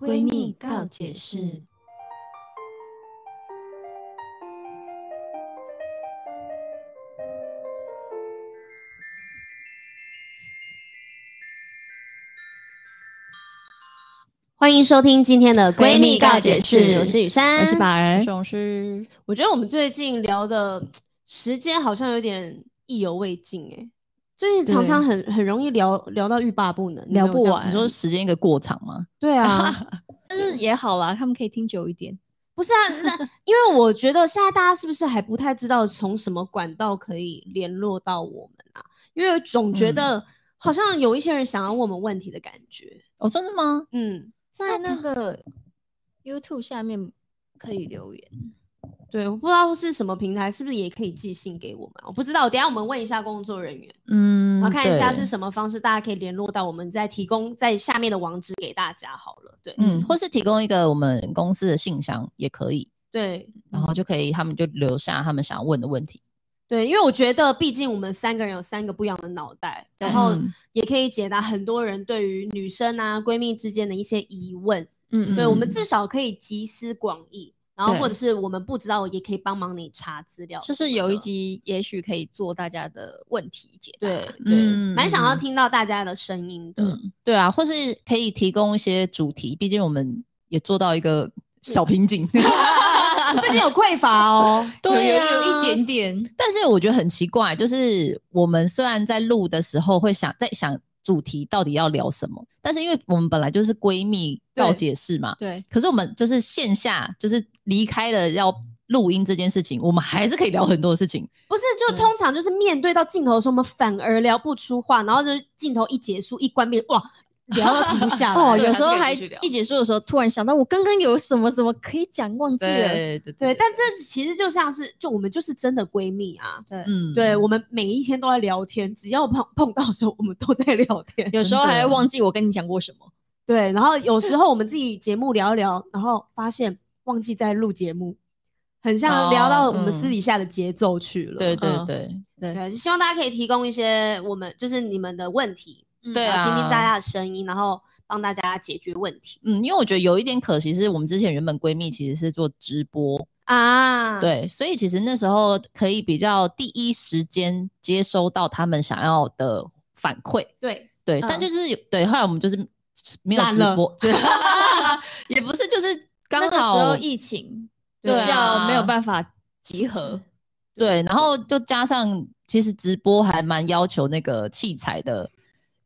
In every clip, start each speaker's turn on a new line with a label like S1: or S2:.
S1: 闺蜜告解释。欢迎收听今天的闺蜜告解
S2: 闺蜜告解
S1: 释，
S2: 释
S1: 我是雨珊，
S2: 我是宝儿，
S3: 总是
S1: 我觉得我们最近聊的时间好像有点意犹未尽哎、最近常常很很容易聊聊到欲罢不能，你有
S2: 聊
S1: 没有
S2: 不
S1: 这样
S2: 完。
S1: 你说
S2: 时间一个过场吗？
S1: 对 啊，
S2: 但是也好啦，他们可以听久一点。
S1: 不是啊，那因为我觉得现在大家是不是还不太知道从什么管道可以联络到我们啊？因为总觉得好像有一些人想要问我们问题的感觉。
S2: 哦，真的吗？
S1: 嗯，
S3: 在那个 YouTube 下面可以留言，
S1: 对，我不知道是什么平台，是不是也可以寄信给我们啊？我不知道，等一下我们问一下工作人员，
S2: 嗯
S1: 然后看一下是
S2: 么。
S1: 什么方式大家可以联络到我们，再提供在下面的网址给大家好了。对，
S2: 嗯，或是提供一个我们公司的信箱也可以，
S1: 对，
S2: 然后就可以他们就留下他们想要问的问题。
S1: 对，因为我觉得，毕竟我们三个人有三个不一样的脑袋，然
S3: 对
S1: 后
S2: 嗯
S1: 也可以解答很多人对于女生啊、闺蜜之间的一些疑问。
S3: 嗯
S1: 对，我们
S2: 嗯
S1: 至少可以集思广益，然后
S2: 对
S1: 或者是我们不知道，也可以帮忙你查资料什么
S3: 就
S1: 的。
S3: 是有一集也许可以做大家的问题解答。
S1: 对对，
S2: 嗯
S1: 蛮想要听到大家的声音的。
S2: 嗯，对啊，或是可以提供一些主题，毕竟我们也做到一个小瓶颈。
S1: 最近有匮乏 哦，
S2: 对
S3: 有
S2: 啊
S3: 有有一点点，
S2: 但是我觉得很奇怪，就是我们虽然在录的时候会想在想主题到底要聊什么，但是因为我们本来就是闺蜜
S1: 对
S2: 告解室嘛，
S3: 对，
S2: 可是我们就是线下就是离开了要录音这件事情，我们还是可以聊很多事情。
S1: 不是，就通常就是面对到镜头的时候，我们反而聊不出话，然后就是镜头一结束一关闭，哇，聊到停不下来。
S3: 哦，
S1: 对
S3: 有时候还
S2: 还是可以继续聊
S3: 一结束的时候，突然想到我刚刚有什么什么可以讲，忘记了。
S2: 对
S1: 对，但这其实就像是，就我们就是真的闺蜜啊。
S2: 嗯
S1: 对，我们每一天都在聊天，只要碰碰到的时候，我们都在聊天。
S3: 有时候
S2: 真的
S3: 还会忘记我跟你讲过什么，
S1: 对，然后有时候我们自己节目聊一聊，然后发现忘记在录节目，很像
S2: 哦
S1: 聊到我们
S2: 嗯
S1: 私底下的节奏去了。
S2: 对对
S3: 嗯
S2: 对
S1: 对，希望大家可以提供一些我们就是你们的问题，
S2: 对
S1: 然
S2: 啊，
S1: 后听听大家的声音，然后帮大家解决问题
S2: 嗯，因为我觉得有一点可惜是我们之前原本闺蜜其实是做直播，
S1: 啊。
S2: 对，所以其实那时候可以比较第一时间接收到他们想要的反馈，
S1: 对，
S2: 对，但
S1: 嗯
S2: 就是有对，后来我们就是没有
S1: 懒
S2: 直
S1: 了
S2: 播，也不是，就是
S3: 那
S2: 刚
S3: 个时候
S2: 好
S3: 疫情比
S2: 对啊
S3: 较没有办法集合，
S2: 对，然
S1: 嗯
S2: 后就加上其实直播还蛮要求那个器材的，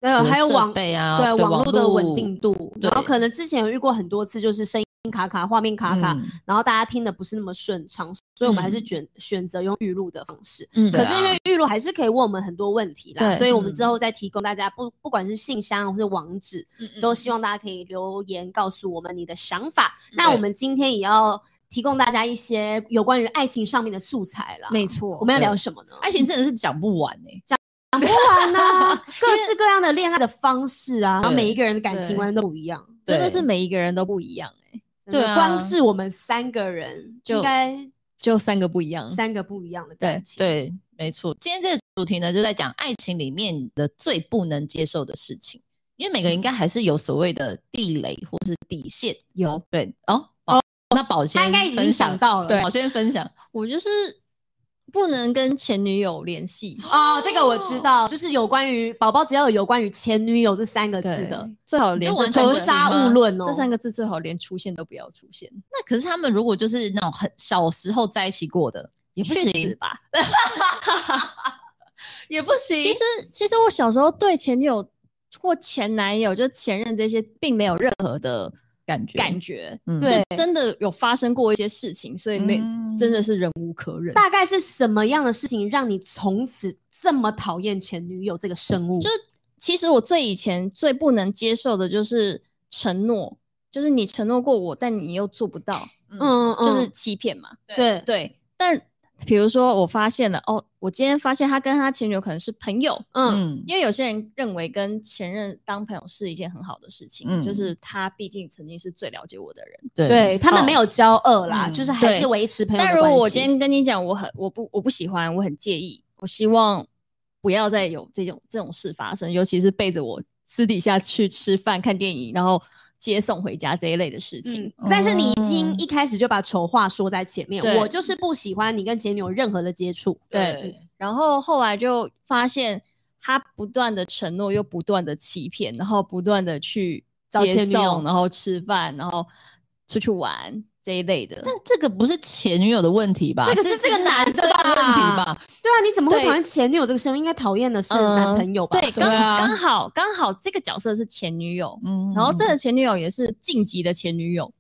S1: 呃，还有
S2: 设
S1: 网
S2: 备啊，
S1: 对网
S2: 网
S1: 络的稳定
S2: 度
S1: 度，然后
S2: 对
S1: 可能之前有遇过很多次，就是声音卡卡、画面卡卡，然后大家听的不是那么顺畅，所以我们还是
S2: 嗯
S1: 选选择用预录的方式。
S3: 嗯
S2: 对
S1: 可
S2: 啊
S1: 是因为玉露还是可以问我们很多问题啦，
S2: 对
S1: 所以我们之后再提供大家不不管是信箱或是网址，
S3: 嗯
S1: 都希望大家可以留言告诉我们你的想法。
S3: 嗯
S1: 那我们今天也要提供大家一些有关于爱情上面的素材啦。
S3: 没错，
S1: 啊我们要聊什么呢？
S2: 爱情真的是讲不完哎、
S1: 讲不完呢， 各式各样的恋爱的方式啊，然后
S2: 对
S1: 每一个人的感情
S3: 对
S1: 观都不一样。
S3: 真的
S2: 对
S3: 是每一个人都不一样哎，
S1: 真的
S2: 对啊
S1: 光是我们三个人
S3: 就嗯
S1: 应该
S3: 就三个不一样，
S1: 三个不一样的感情。
S2: 对，没错。今天这个主题呢，就在讲爱情里面的最不能接受的事情，因为每个人应该还是有所谓的地雷或是底线。
S3: 有
S2: 对哦哦，那宝先
S1: 他应该已经
S2: 分
S1: 想到了
S2: 对，宝先分享。
S3: 我就是不能跟前女友联系，
S1: 哦，这个我知道，就是有关于宝宝，只要有有关于前女友这三个字
S3: 对
S1: 的，，
S3: 最好连
S2: 就
S3: 这
S2: 完全
S3: 三
S1: 格
S3: 个
S2: 不
S3: 字
S2: 行
S1: 杀
S2: 吗
S1: 勿论哦。
S3: 这三个字最好连出现都不要出现，
S2: 那可是他们如果就是那种很小时候在一起过的，也不
S3: 去死
S2: 行，
S3: 吧。
S2: 也不行。
S3: 其实其实我小时候对前女友或前男友就前任这些并没有任何的
S2: 感觉
S3: 感觉，
S2: 嗯
S3: 是
S1: 对
S3: 真的有发生过一些事情，所以没、
S2: 嗯
S3: 真的是忍无可忍。
S1: 大概是什么样的事情让你从此这么讨厌前女友这个生物？
S3: 就是其实我最以前最不能接受的就是承诺，就是你承诺过我，但你又做不到，
S1: 嗯，嗯
S3: 就是欺骗嘛。
S1: 对
S3: 对，但比如说我发现了，哦，我今天发现他跟他前女友可能是朋友，
S1: 嗯
S2: 嗯
S3: 因为有些人认为跟前任当朋友是一件很好的事情，
S2: 嗯
S3: 就是他毕竟曾经是最了解我的人。
S2: 对
S1: 对他们没有骄傲啦，
S2: 嗯
S1: 就是还是
S3: 嗯哦对
S1: 维持朋友的
S3: 但
S1: 关系。
S3: 如果我今天跟你讲，我很我不我不喜欢，我很介意，我希望不要再有这种这种事发生，尤其是背着我私底下去吃饭、看电影，然后接送回家这一类的事情。
S1: 嗯但是你已经一开始就把丑话说在前面，
S3: 哦对
S1: 我就是不喜欢你跟前女友任何的接触。嗯
S2: 对，
S3: 然后后来就发现他不断的承诺，又不断的欺骗，然后不断的去
S1: 找
S3: 接
S1: 前女友
S3: 送，然后吃饭，然后出去玩这一类的。
S2: 但这个不是前女友的问题吧？
S1: 这啊个是这个男
S2: 男
S1: 的
S2: 生的问题
S1: 吧
S2: 吧？
S1: 对啊，你怎么会
S3: 对
S1: 讨厌前女友这个生物？应该讨厌的是
S3: 嗯
S1: 男朋友吧？
S3: 对，
S2: 对
S3: 刚
S2: 啊
S3: 刚好刚好这个角色是前女友，
S2: 嗯
S3: 然后这个前女友也是晋级的前女友，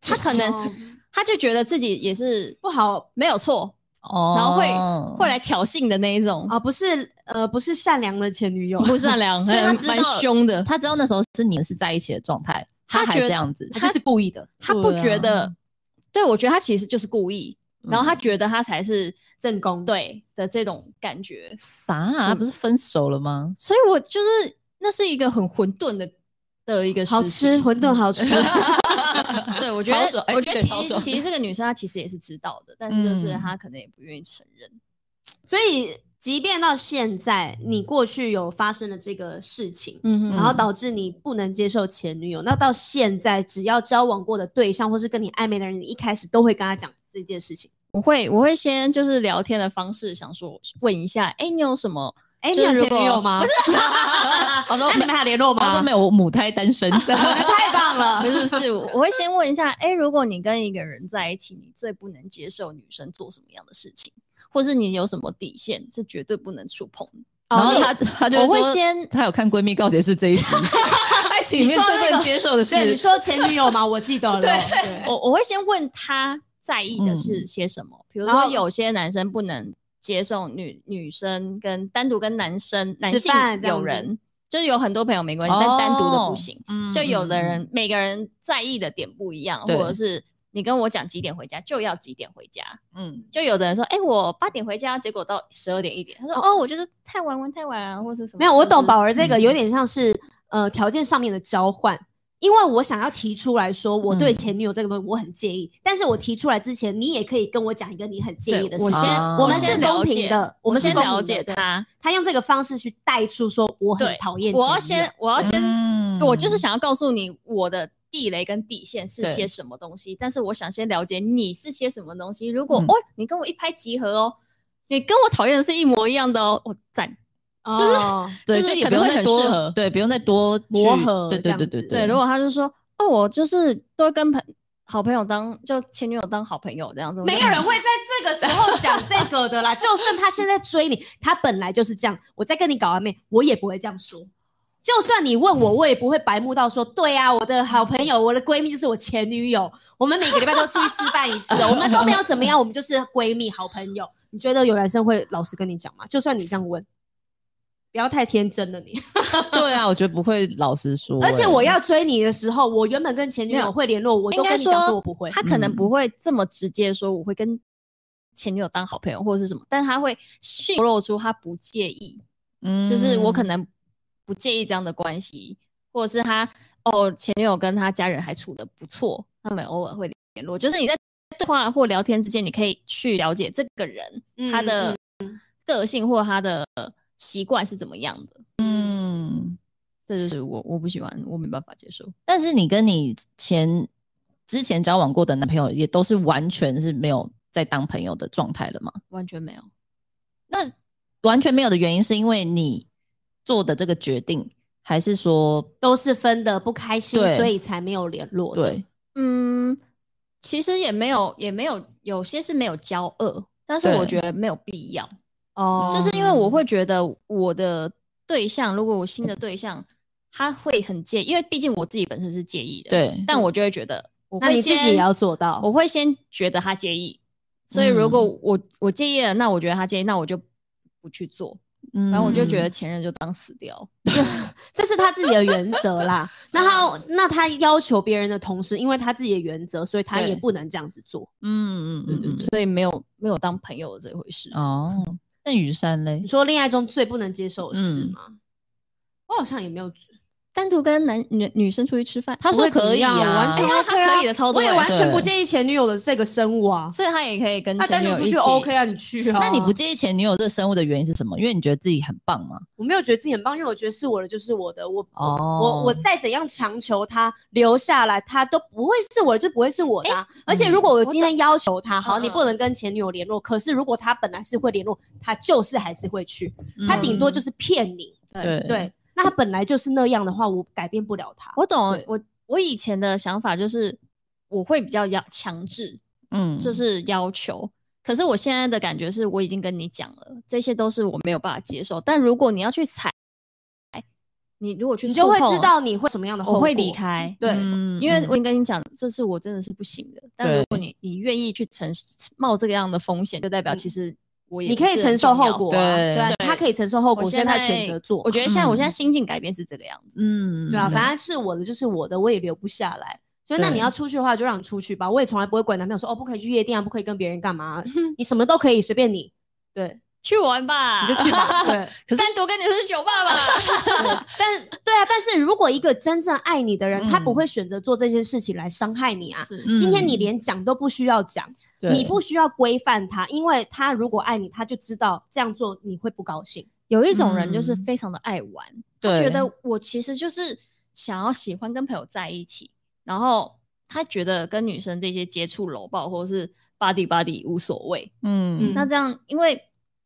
S3: 她可能
S1: 哦
S3: 她就觉得自己也是
S1: 不好
S3: 没有错，
S2: 哦
S3: 然后会、会来挑衅的那一种，
S1: 啊，不是呃，不是善良的前女友，
S3: 不善良，
S2: 所以她
S3: 还
S2: 知道
S3: 蛮凶的，
S2: 他知道那时候是你们是在一起的状态，他
S3: 他
S2: 还
S3: 觉
S2: 这
S3: 得
S2: 样子，
S1: 他就是故意的。
S3: 她不
S2: 对啊
S3: 觉得，对我觉得她其实就是故意，
S2: 嗯
S3: 然后她觉得她才是
S1: 正宫
S3: 对的这种感觉，
S2: 啥啊？
S3: 嗯
S2: 不是分手了吗？
S3: 所以我就是那是一个很混沌的的一个事
S1: 好
S3: 情
S1: 吃，馄饨好 吃，
S3: 对，我觉
S2: 超爽
S3: 得，
S2: 哎
S3: 我觉得
S2: 对超
S3: 其实
S2: 爽
S3: 其实这个女生她其实也是知道的，但是就是
S2: 嗯
S3: 她可能也不愿意承认。
S1: 所以即便到现在，你过去有发生了这个事情。
S3: 嗯哼
S1: 然后导致你不能接受前女友，那到现在只要交往过的对象或是跟你暧昧的人，你一开始都会跟他讲这件事情。
S3: 我会我会先就是聊天的方式，想说问一下，哎，你有什么？
S1: 哎，你
S3: 就
S1: 有
S3: 是
S1: 前
S3: 如果
S1: 女友吗？不是，
S2: 他说
S1: 那你们还有联络
S3: 啊
S2: 他
S1: 吗
S2: 说？没有，我母胎单 身。
S1: 太棒了
S3: 不，是不是，我我会先问一下，哎，如果你跟一个人在一起，你最不能接受女生做什么样的事情，或是你有什么底线是绝对不能触碰的？
S2: 然后
S1: 哦
S2: 他他就
S3: 我会
S2: 说
S3: 先
S2: 他有看《闺蜜告解室》这一 集，爱情里面
S1: 你说
S2: 最
S1: 那
S2: 不
S1: 个
S2: 能接受的
S1: 对你
S2: 是，
S1: 说前女 友吗？我记得了。对
S3: 我我会先问他在意的是
S2: 嗯
S3: 些什么，比如
S1: 然
S3: 说
S1: 后
S3: 有些男生不能接受女女生跟单独跟男生男
S1: 吃
S3: 性
S1: 饭这样
S3: 友
S1: 子哦
S3: 人，就是有很多朋友没关系，但单独的不行。
S2: 哦嗯
S3: 就有的人、每个人在意的点不一样，或
S2: 对
S3: 者是你跟我讲几点回家就要几点回家，
S2: 嗯
S3: 就有的人说，哎、我八点回家，结果到十二点一点，他说，
S1: 哦
S3: 哦我就是太晚玩太晚啊，或者什么。
S1: 没有，我懂宝
S3: 吧？
S1: 儿这个
S2: 嗯
S1: 有点像是、呃条件上面的交换，因为我想要提出来说我对
S2: 嗯
S1: 前女友这个东西我很介意，但是我提出来之前，你也可以跟我讲一个你很介意的
S3: 对
S1: 事
S3: 我
S1: 情。
S3: 先、
S2: 啊
S1: 我们
S3: 先
S1: 是
S3: 了
S1: 公平
S3: 解，
S1: 的，我
S3: 我
S1: 们是
S3: 先
S1: 公
S3: 了
S1: 平
S3: 解
S1: 的。
S3: 他，
S1: 他用这个方式去带出说我很
S3: 对
S1: 讨厌前女友，
S3: 我要先我要先、
S2: 嗯
S3: 我就是想要告诉你我的。地雷跟底线是
S2: 对
S3: 些什么东西？但是我想先了解你是些什么东西。如果、
S2: 嗯
S3: 哦，你跟我一拍即合哦，你跟我讨厌的是一模一样的哦，我赞。
S1: 就是、
S2: 对，
S3: 就是
S2: 就也
S3: 可
S2: 不
S3: 能
S2: 用
S3: 会
S2: 再
S3: 很适
S2: 多
S3: 合
S2: 对，不用再多去
S1: 磨合
S2: 对
S1: 这
S2: 对
S1: 样
S2: 对对
S1: 子
S3: 对，如果他就说哦，我就是都跟朋好朋友当就前女友当好朋友这样子，我就
S1: 没有人会在这个时候讲这个的啦。就算他现在追你，他本来就是这样。我在跟你搞暧昧，我也不会这样说。就算你问我，我也不会白目到说，对啊，我的好朋友，我的闺蜜就是我前女友，我们每个礼拜都出去吃饭一次哦的，我们都没有怎么样，我们就是闺蜜、好朋友。你觉得有男生会老实跟你讲吗？就算你这样问，不要太天真了你。
S2: 对啊，我觉得不会老实说、
S1: 而且
S2: 欸
S1: 我要追你的时候，我原本跟前女
S3: 没
S1: 友
S3: 有
S1: 会联络，我都
S3: 应该
S1: 跟你讲说我不会。
S3: 他可能
S2: 嗯
S3: 不会这么直接说我会跟前女友当好朋友或者是什么，但他会透露出他不介意，
S2: 嗯
S3: 就是我可能不介意这样的关系，或者是他哦前女友跟他家人还处的不错，他们偶尔会联络，就是你在对话或聊天之间，你可以去了解这个人
S1: 嗯
S3: 他的个性或他的习惯是怎么样的。
S2: 嗯，
S3: 这就是我我不喜欢，我没办法接受。
S2: 但是你跟你前之前交往过的男朋友也都是完全是没有在当朋友的状态了吗？
S3: 完全没有。
S2: 那完全没有的原因是因为你做的这个决定，还是说
S1: 都是分的不开心，
S2: 对
S1: 所以才没有联络的。
S2: 对
S3: 嗯，其实也没有，也没有，有些是没有交恶，但是
S2: 对
S3: 我觉得没有必要，
S1: 哦
S3: 就是因为我会觉得我的对象，如果我新的对象，他会很介意，因为毕竟我自己本身是介意的，。
S2: 对
S3: 但我就会觉得，我
S1: 那
S3: 会
S1: 你自己
S3: 先
S1: 也要做到。
S3: 我会先觉得他介意，所以如果
S2: 嗯
S3: 我、我介意了，那我觉得他介意，那我就不去做，
S2: 嗯
S3: 然后我就觉得前任就当死掉。
S1: 这是他自己的原则啦。那他那他要求别人的同时，因为他自己的原则，所以他
S2: 对
S1: 也不能这样子做。
S2: 嗯嗯嗯嗯
S3: 所以没有没有当朋友的这回事。
S2: 嗯哦，那雨山嘞
S1: 你？说恋爱中最不能接受的事吗？我好像也没有，
S3: 单独跟男女女生出去吃饭，
S2: 他说可以
S1: 我
S2: 啊
S1: 完，全
S3: 哎呀
S1: OK 啊
S3: 他可以的超多
S1: 我也
S3: 人
S1: 完全
S2: 对
S1: 不介意前女友的这个生物啊。
S3: 所以他也可以跟
S1: 那单
S3: 前女
S1: 独
S3: 友
S1: 出去
S3: 一起。
S1: OK 啊，你去啊。
S2: 那你不介意前女友这生物的原因是什么？因为你觉得自己很棒吗？
S1: 我没有觉得自己很棒，因为我觉得是我的就是我的，我、
S2: 哦
S1: 我我再怎样强求他留下来，他都不会是我的，就不会是我的啊、而且如果我今天要求他，好，
S3: 嗯
S1: 你不能跟前女友联络，可是如果他本来是会联络，他就是还是会去，他
S2: 嗯
S1: 顶多就是骗你，
S2: 对
S1: 对。那他本来就是那样的话，我改变不了他。
S3: 我懂
S1: 对，
S3: 我我以前的想法就是我会比较要强制，
S2: 嗯
S3: 就是要求。可是我现在的感觉是我已经跟你讲了，这些都是我没有办法接受。但如果你要去踩，你如果去
S1: 你就会
S3: 触碰啊
S1: 知，道你会什么样的后
S3: 我
S1: 果。
S3: 会离。开。
S1: 对，
S2: 嗯
S3: 因为我已
S2: 嗯
S3: 经跟你讲，这次我真的是不行的。但如
S2: 对
S3: 果你你愿意去承冒这个样的风险，就代表其实我也
S1: 嗯你
S3: 不
S1: 可以
S3: 是
S1: 承
S3: 很
S1: 受
S3: 重
S1: 后
S3: 要
S1: 果、啊，
S2: 对
S1: 啊
S3: 对
S1: 他可以承受后果，
S3: 我
S1: 所以
S3: 现
S1: 他
S3: 在
S1: 选择做
S3: 我。觉得现在我现在
S2: 嗯
S3: 心境改变是这个样子。
S2: 嗯
S1: 对啊，反正是我的就是我的，我也留不下来。所以那
S2: 对
S1: 你要出去的话，就让你出去吧。我也从来不会管男朋友说哦，不可以去夜店啊，不可以跟别人干嘛啊、你什么都可以，随便你，对，
S3: 去玩吧，
S1: 你就去 吧。对，
S2: 可是
S3: 单独跟你去酒吧吧。
S1: 对但对啊，但是如果一个真正爱你的人，他不
S2: 嗯
S1: 会选择做这些事情来伤害你啊。
S3: 是
S1: 今天
S2: 嗯
S1: 你连讲都不需要讲，
S2: 对
S1: 你不需要规范他，因为他如果爱你，他就知道这样做你会不高兴。
S3: 有一种人就是
S2: 嗯
S3: 非常的爱玩，
S2: 对
S3: 觉得我其实就是想要喜欢跟朋友在一起，然后他觉得跟女生这些接触、搂抱或者是 body body 无所谓。
S2: 嗯
S1: 嗯
S3: 那这样，因为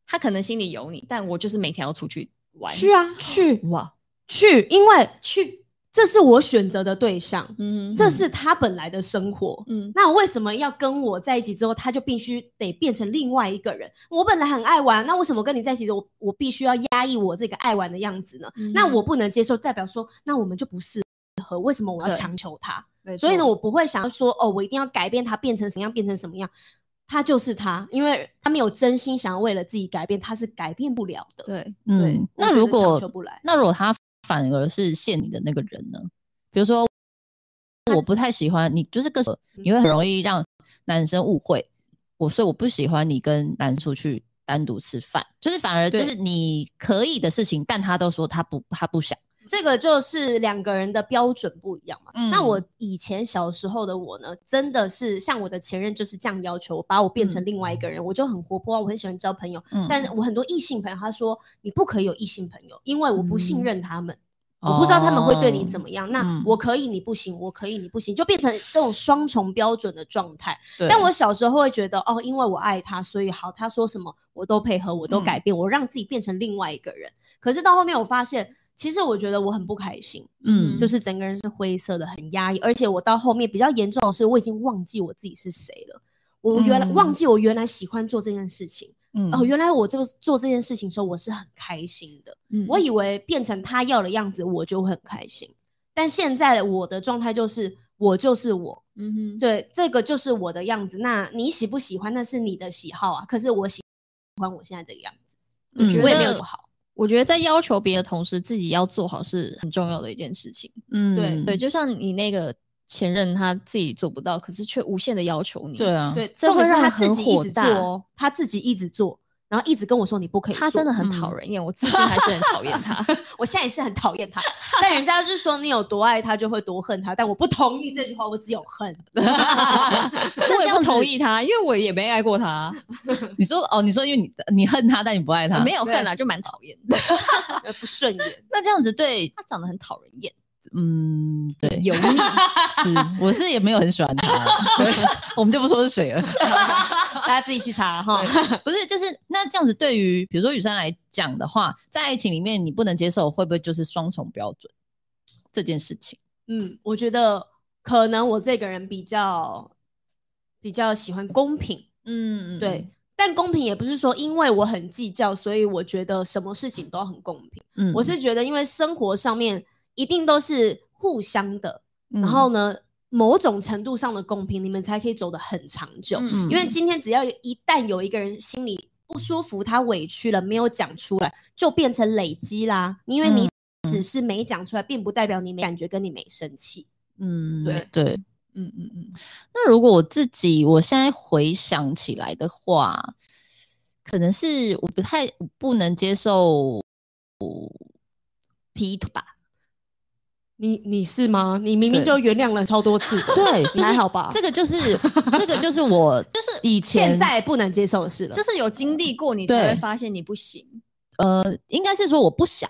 S3: 他可能心里有你，但我就是每天要出去玩。
S1: 去啊，去
S2: 哇
S1: 去，因为
S3: 去，
S1: 这是我选择的对象，
S3: 嗯
S1: 这是他本来的生活。
S3: 嗯
S1: 那我为什么要跟我在一起之后，他就必须得变成另外一个人？我本来很爱玩，那为什么跟你在一起，我我必须要压抑我这个爱玩的样子呢？
S3: 嗯
S1: 那我不能接受，代表说，那我们就不适合。为什么我要
S3: 对
S1: 强求他？
S3: 没
S1: 所以呢，
S3: 错
S1: 我不会想要说，哦，我一定要改变他，变成什么样，变成什么样。他就是他，因为他没有真心想要为了自己改变，他是改变不了的。
S3: 对
S1: 对
S2: 嗯，
S1: 我
S2: 那
S1: 觉
S2: 如
S1: 得
S2: 果
S1: 强求不来
S2: 那如果他反而是陷你的那个人呢？比如说，我不太喜欢你，就是个
S1: 嗯
S2: 你会很容易让男生误会我，所以我不喜欢你跟男生出去单独吃饭，就是反而就
S3: 对
S2: 是你可以的事情，但他都说他不他不想，
S1: 这个就是两个人的标准不一样嘛。
S2: 嗯
S1: 那我以前小时候的我呢，真的是像我的前任就是这样要求我，把我变成另外一个人，我就很活泼啊，我很喜欢交朋友。
S2: 嗯，
S1: 但我很多异性朋友，他说你不可以有异性朋友，因为我
S2: 嗯
S1: 不信任他们，
S2: 哦
S1: 我不知道他们会对你怎么样。
S2: 嗯
S1: 那我可以，你不行；我可以，你不行，就变成这种双重标准的状态。
S2: 哦对
S1: 但我小时候会觉得，哦，因为我爱他，所以好，他说什么我都配合，我都
S2: 嗯
S1: 改变，我让自己变成另外一个人。可是到后面我发现，其实我觉得我很不开心，
S2: 嗯
S1: 就是整个人是灰色的，很压抑。而且我到后面比较严重的是，我已经忘记我自己是谁了。我原来、
S2: 嗯
S1: 忘记我原来喜欢做这件事情，
S2: 嗯
S1: 哦，原来我这个做这件事情的时候我是很开心的，
S3: 嗯
S1: 我以为变成他要的样子我就会很开心，但现在我的状态就是我就是我，
S3: 嗯哼
S1: 对，这个就是我的样子。那你喜不喜欢那是你的喜好啊，可是我喜欢我现在这个样子，
S2: 嗯
S3: 觉
S1: 我也没有
S3: 得
S1: 不好。
S3: 我觉得在要求别的同时，自己要做好是很重要的一件事情。
S2: 嗯
S1: 对
S3: 对，就像你那个前任，他自己做不到，可是却无限的要求你。
S2: 对，啊，
S1: 对，
S3: 嗯这
S1: 重
S3: 会
S1: 点是
S3: 让
S1: 他
S3: 人
S1: 自
S3: 很
S1: 己一
S3: 火
S1: 直做
S3: 大
S1: 哦，他自己一直做，然后一直跟我说你不可以
S3: 他
S1: 做
S3: 真的很讨
S2: 嗯
S3: 人厌，我至今还是很讨厌 他。
S1: 我现在也是很讨厌 他，但人家就说你有多爱他就会多恨他，但我不同意这句话，我只有 恨。
S3: 我也不同意他，因为我也没爱 过他，
S2: 你说哦，你说因为你你恨他，但你不爱他，
S3: 没有
S1: 对
S3: 恨啦，就蛮讨厌的。
S1: 呃不顺眼，
S2: 那这样子对，
S3: 他长得很讨人厌，
S2: 嗯，对，
S3: 油腻。
S2: 是，我是也没有很喜欢 他，对，我们就不说是谁了。
S1: 大家自己去查哈。
S2: 不是，就是那这样子，对于比如说雨珊来讲的话，在爱情里面你不能接受，会不会就是双重标准这件事情？
S1: 嗯，我觉得可能我这个人比较比较喜欢公平，
S2: 嗯
S1: 对，，但公平也不是说因为我很计较，所以我觉得什么事情都很公平。
S2: 嗯
S1: 我是觉得，因为生活上面一定都是互相的，
S2: 嗯
S1: 然后呢，某种程度上的公平，你们才可以走得很长久。
S2: 嗯
S1: 因为今天只要有一旦有一个人心里不舒服，他委屈了，没有讲出来，就变成累积啦。因为你只是没讲出来，并不代表你没感觉跟你没生气。
S2: 嗯，
S1: 对
S2: 对，嗯嗯嗯。那如果我自己我现在回想起来的话，可能是我不太我不能接受劈腿吧，
S1: 你你是吗？你明明
S2: 对
S1: 就原谅了超多 次的，
S2: 对，
S1: 你还好吧？
S2: 这个就是这个就是 我
S3: 就是
S2: 以前
S1: 啊现在不能接受的事了，
S3: 就是有经历过，你才
S2: 对
S3: 会发现你不行。
S2: 应该是说我不想，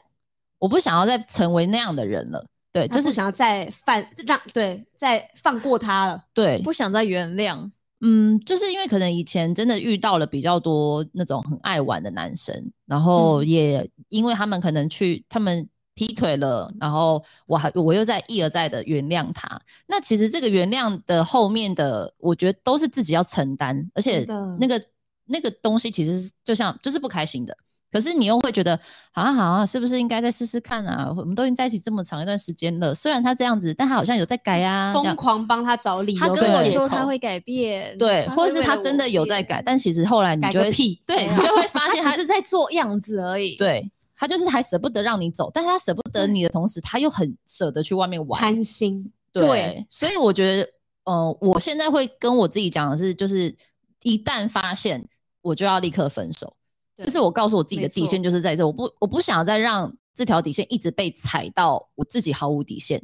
S2: 我不想要再成为那样的人了。对，
S1: 他
S2: 就
S1: 不
S2: 是
S1: 想要再犯让对再放过他了。
S2: 对，
S3: 不想再原谅，
S2: 嗯，就是因为可能以前真的遇到了比较多那种很爱玩的男生，然
S1: 嗯
S2: 后也因为他们可能去他们劈腿了，然后我还我又在一而再的原谅他。那其实这个原谅的后面的，我觉得都是自己要承担，而且
S1: 真的
S2: 那个那个东西其实是就像就是不开心的。可是你又会觉得，好啊好啊，是不是应该再试试看啊？我们都已经在一起这么长一段时间了，虽然他这样子，但他好像有在改啊，这
S1: 疯
S2: 样
S1: 狂帮他找理由，
S3: 他跟我
S2: 借
S3: 说他会改变，
S2: 对，
S3: 会
S2: 或者是
S3: 为
S2: 他
S3: 了
S2: 真
S3: 我
S2: 的有
S3: 变
S2: 在改，但其实后来你
S1: 改
S2: 就
S1: 个
S2: 会
S1: 屁
S2: 对，你
S3: 对啊
S2: 就会发现
S3: 他
S2: 他
S3: 只是在做样子而已。，
S2: 对他就是还舍不得让你走，但是他舍不得你的同时，他又很舍得去外面玩。
S1: 贪心，
S2: 对，
S3: 对
S2: 所以我觉得，呃，我现在会跟我自己讲的是，就是一旦发现，我就要立刻分手。这
S3: 对
S2: 是我告诉我自己的
S3: 没
S2: 底线，
S3: 错
S2: 就是在这，我不我不想再让这条底线一直被踩到我自己毫无底线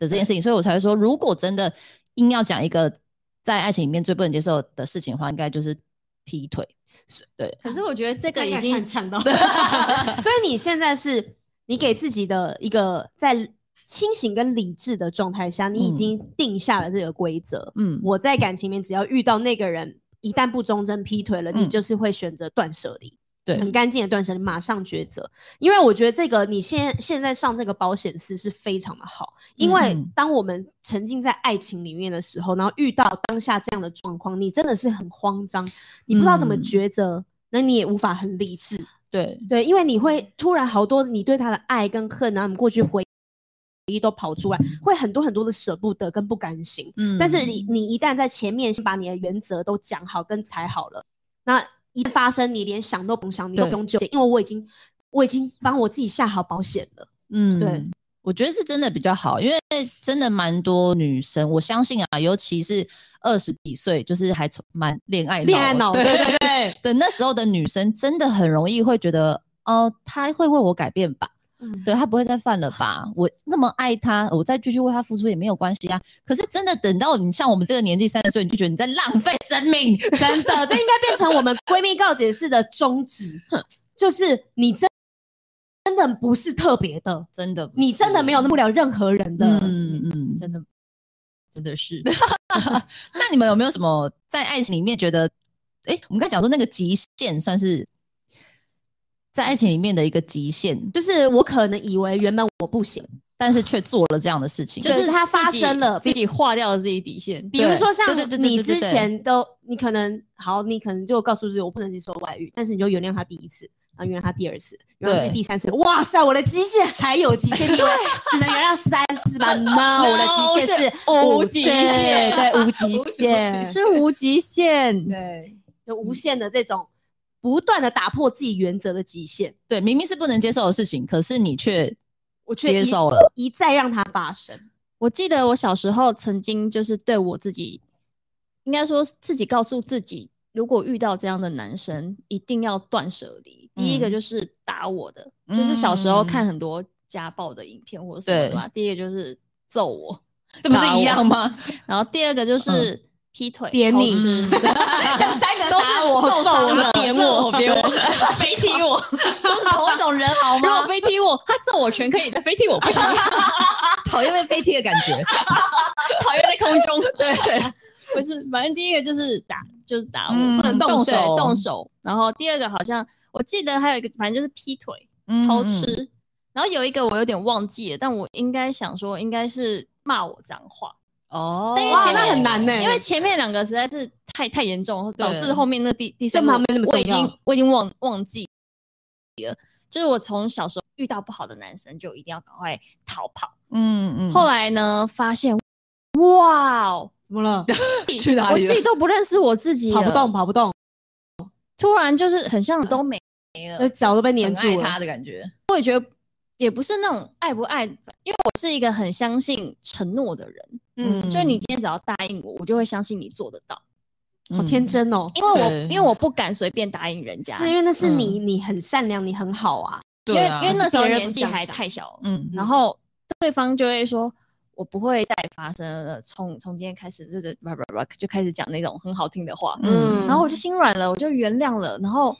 S2: 的这件事情，所以我才会说，如果真的硬要讲一个在爱情里面最不能接受的事情的话，应该就是劈腿。对，
S3: 可是我觉得这个
S1: 这
S3: 已
S1: 已经
S3: 经
S1: 抢到。 所以你现在是你给自己的一个在清醒跟理智的状态下，你已
S2: 嗯
S1: 经定下了这个规则。
S2: 嗯，
S1: 我在感情里面，只要遇到那个人一旦不忠贞、劈腿了，你
S2: 嗯
S1: 就是会选择断舍离。
S2: 对
S1: 很干净的断舍离，马上抉择。因为我觉得这个你现现在上这个保险丝是非常的好，因为
S2: 嗯
S1: 当我们沉浸在爱情里面的时候，然后遇到当下这样的状况，你真的是很慌张，你不知道怎么
S2: 嗯
S1: 抉择，那、你也无法很理智。
S2: 对，
S1: 对，因为你会突然好多你对他的爱跟恨啊，你过去回忆都跑出来，会很多很多的舍不得跟不甘心。
S2: 嗯
S1: 但是你你一旦在前面先把你的原则都讲好跟踩好了，那一旦发生，你连想都不用想，你都不
S2: 对
S1: 用纠结，因为我已经我已经帮我自己下好保险了。
S2: 嗯
S1: 对，
S2: 我觉得是真的比较好，因为真的蛮多女生，我相信啊，尤其是二十几岁，就是还从蛮恋爱
S1: 恋爱脑，
S2: 对
S1: 对对 对，
S2: 的那时候的女生，真的很容易会觉得，哦，他会为我改变吧？
S1: 嗯
S2: 对他不会再犯了吧？我那么爱他，我再继续为他付出也没有关系啊。可是真的等到你像我们这个年纪三十岁，你就觉得你在浪费生命。
S1: 真的，这应该变成我们闺蜜告解式的宗旨，就是你真真的不是特别的，
S2: 真的不是，
S1: 你真的没有那么了任何人的。
S2: 嗯嗯
S3: 真的
S2: 真的是。 那你们有没有什么在爱情里面觉得，哎、我们刚才讲说那个极限算是在爱情里面的一个极限，
S1: 就是我可能以为原本我不行，
S2: 但是却做了这样的事情，
S1: 就
S3: 就是
S1: 是它发
S3: 自己
S1: 生了
S3: 自己划掉了自己底线。
S1: 比如
S2: 对
S1: 说像
S2: 对对对对
S1: 你
S2: 对
S1: 之
S2: 对对
S1: 前都，你可能好，你可能就告诉自己我不能接受外遇，但是你就原谅他第一次，然后原谅他第二次，原谅
S2: 对
S1: 这第三次，哇塞，我的极限还有极限，你以为只能原谅三次吗？No，我的极限是
S3: 无
S1: 次
S3: 极限
S1: 对，无极限，
S3: 是无极限，
S1: 对，有无限的这种不断的打破自己原则的极限，
S2: 对，明明是不能接受的事情，可是你却
S1: 我却
S2: 接
S1: 一
S2: 受了，
S1: 一再让它发生，
S3: 我记得我小时候曾经就是对我自己，应该说自己告诉自己，如果遇到这样的男生，一定要断舍离。第一个
S2: 嗯
S3: 就是打我的，就是小时候
S1: 嗯
S3: 看很多家暴的影片或者什么的
S2: 对
S3: 嘛。第一个就是揍我，
S2: 这不
S3: 打
S2: 是一
S3: 我
S2: 样吗？
S3: 然后第二个就是劈
S1: 嗯
S3: 腿、
S1: 扁
S3: 偷
S1: 你
S3: 吃
S2: 嗯 三个
S3: 都是揍伤了，
S1: 扁
S3: 揍
S1: 我
S3: 扁我， 非踢我。
S2: 都是同一种人好
S3: 如果
S2: 吗？
S3: 非踢我，他揍我全可以，但非踢 我不行，
S2: 讨厌被飞踢的感 觉，
S3: 讨厌在空中。对， 不是，反正第一个就是打，就是打我，
S2: 嗯
S3: 不能动
S2: 动
S3: 手
S2: 手
S3: 动手。然后第二个好像我记得还有一个，反正就是劈腿、
S2: 嗯
S3: 偷
S2: 嗯
S3: 吃。然后有一个我有点忘记了，但我应该想说应该是骂我脏话，
S2: 哦，
S3: 但因为前面
S1: 哇那很难呢
S3: 因为前面两个实在是太太严重了，导致
S2: 对
S3: 后面那第第三
S1: 干
S3: 个
S1: 嘛没那么
S3: 我已
S1: 重要
S3: 经我已经忘忘记了，就是我从小时候遇到不好的男生就一定要赶快逃跑。
S2: 嗯嗯，
S3: 后来呢，发现哇哦，
S1: 怎么了？
S2: 去哪
S3: 我
S2: 里了
S3: 自己都不认识我自己，
S1: 哎跑不动，，跑不动，
S3: 突然就是很像都没，
S1: 那脚都被粘
S2: 很
S1: 住
S2: 爱
S1: 了。
S2: 他的感觉，
S3: 也不是那种爱不爱，因为我是一个很相信承诺的人，
S1: 嗯，
S3: 就是你今天只要答应我，我就会相信你做得到，
S1: 好天
S2: 真。
S1: 真哦。
S3: 因为我
S2: 对
S3: 因为我不敢随便答应人家
S1: 那，因为那
S2: 嗯
S1: 是你，你很善良，你很好啊。
S3: 因
S2: 对
S3: 为
S2: 啊
S3: 因为那时候
S1: 别人
S3: 年
S1: 不这
S3: 纪
S1: 样
S3: 还
S1: 想
S3: 太小，
S2: 嗯
S3: 然后对方就会说。我不会再发生了，从从今天开始就是叭叭叭就开始讲那种很好听的话，
S2: 嗯
S3: 然后我就心软了，我就原谅了，然后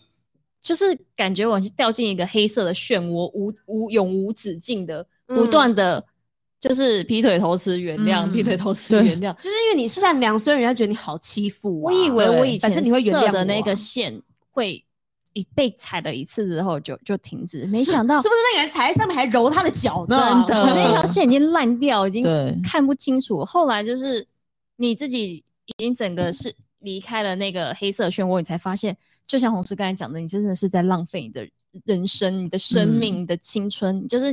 S3: 就是感觉我是掉进一个黑色的漩涡，无无永无止境的，不
S1: 嗯
S3: 断的就是劈腿偷吃原谅，
S2: 嗯
S3: 劈腿偷吃
S2: 对
S3: 原谅。
S1: 就是因为你善良，所以人家觉得你好欺负啊、
S3: 我以为我
S2: 对
S3: 以
S1: 反
S3: 前
S1: 正你会原谅
S3: 设
S1: 我啊
S3: 的那个线会一被踩了一次之后就就停止，没想到
S1: 是不是那个人踩在上面还揉他的脚呢？
S2: 真的
S3: 我那条线已经烂掉，已经
S2: 对
S3: 看不清楚。后来就是你自己已经整个是离开了那个黑色漩涡，你才发现，就像红师刚才讲的，你真的是在浪费你的人生、你的生
S1: 嗯
S3: 命、你的青春，就是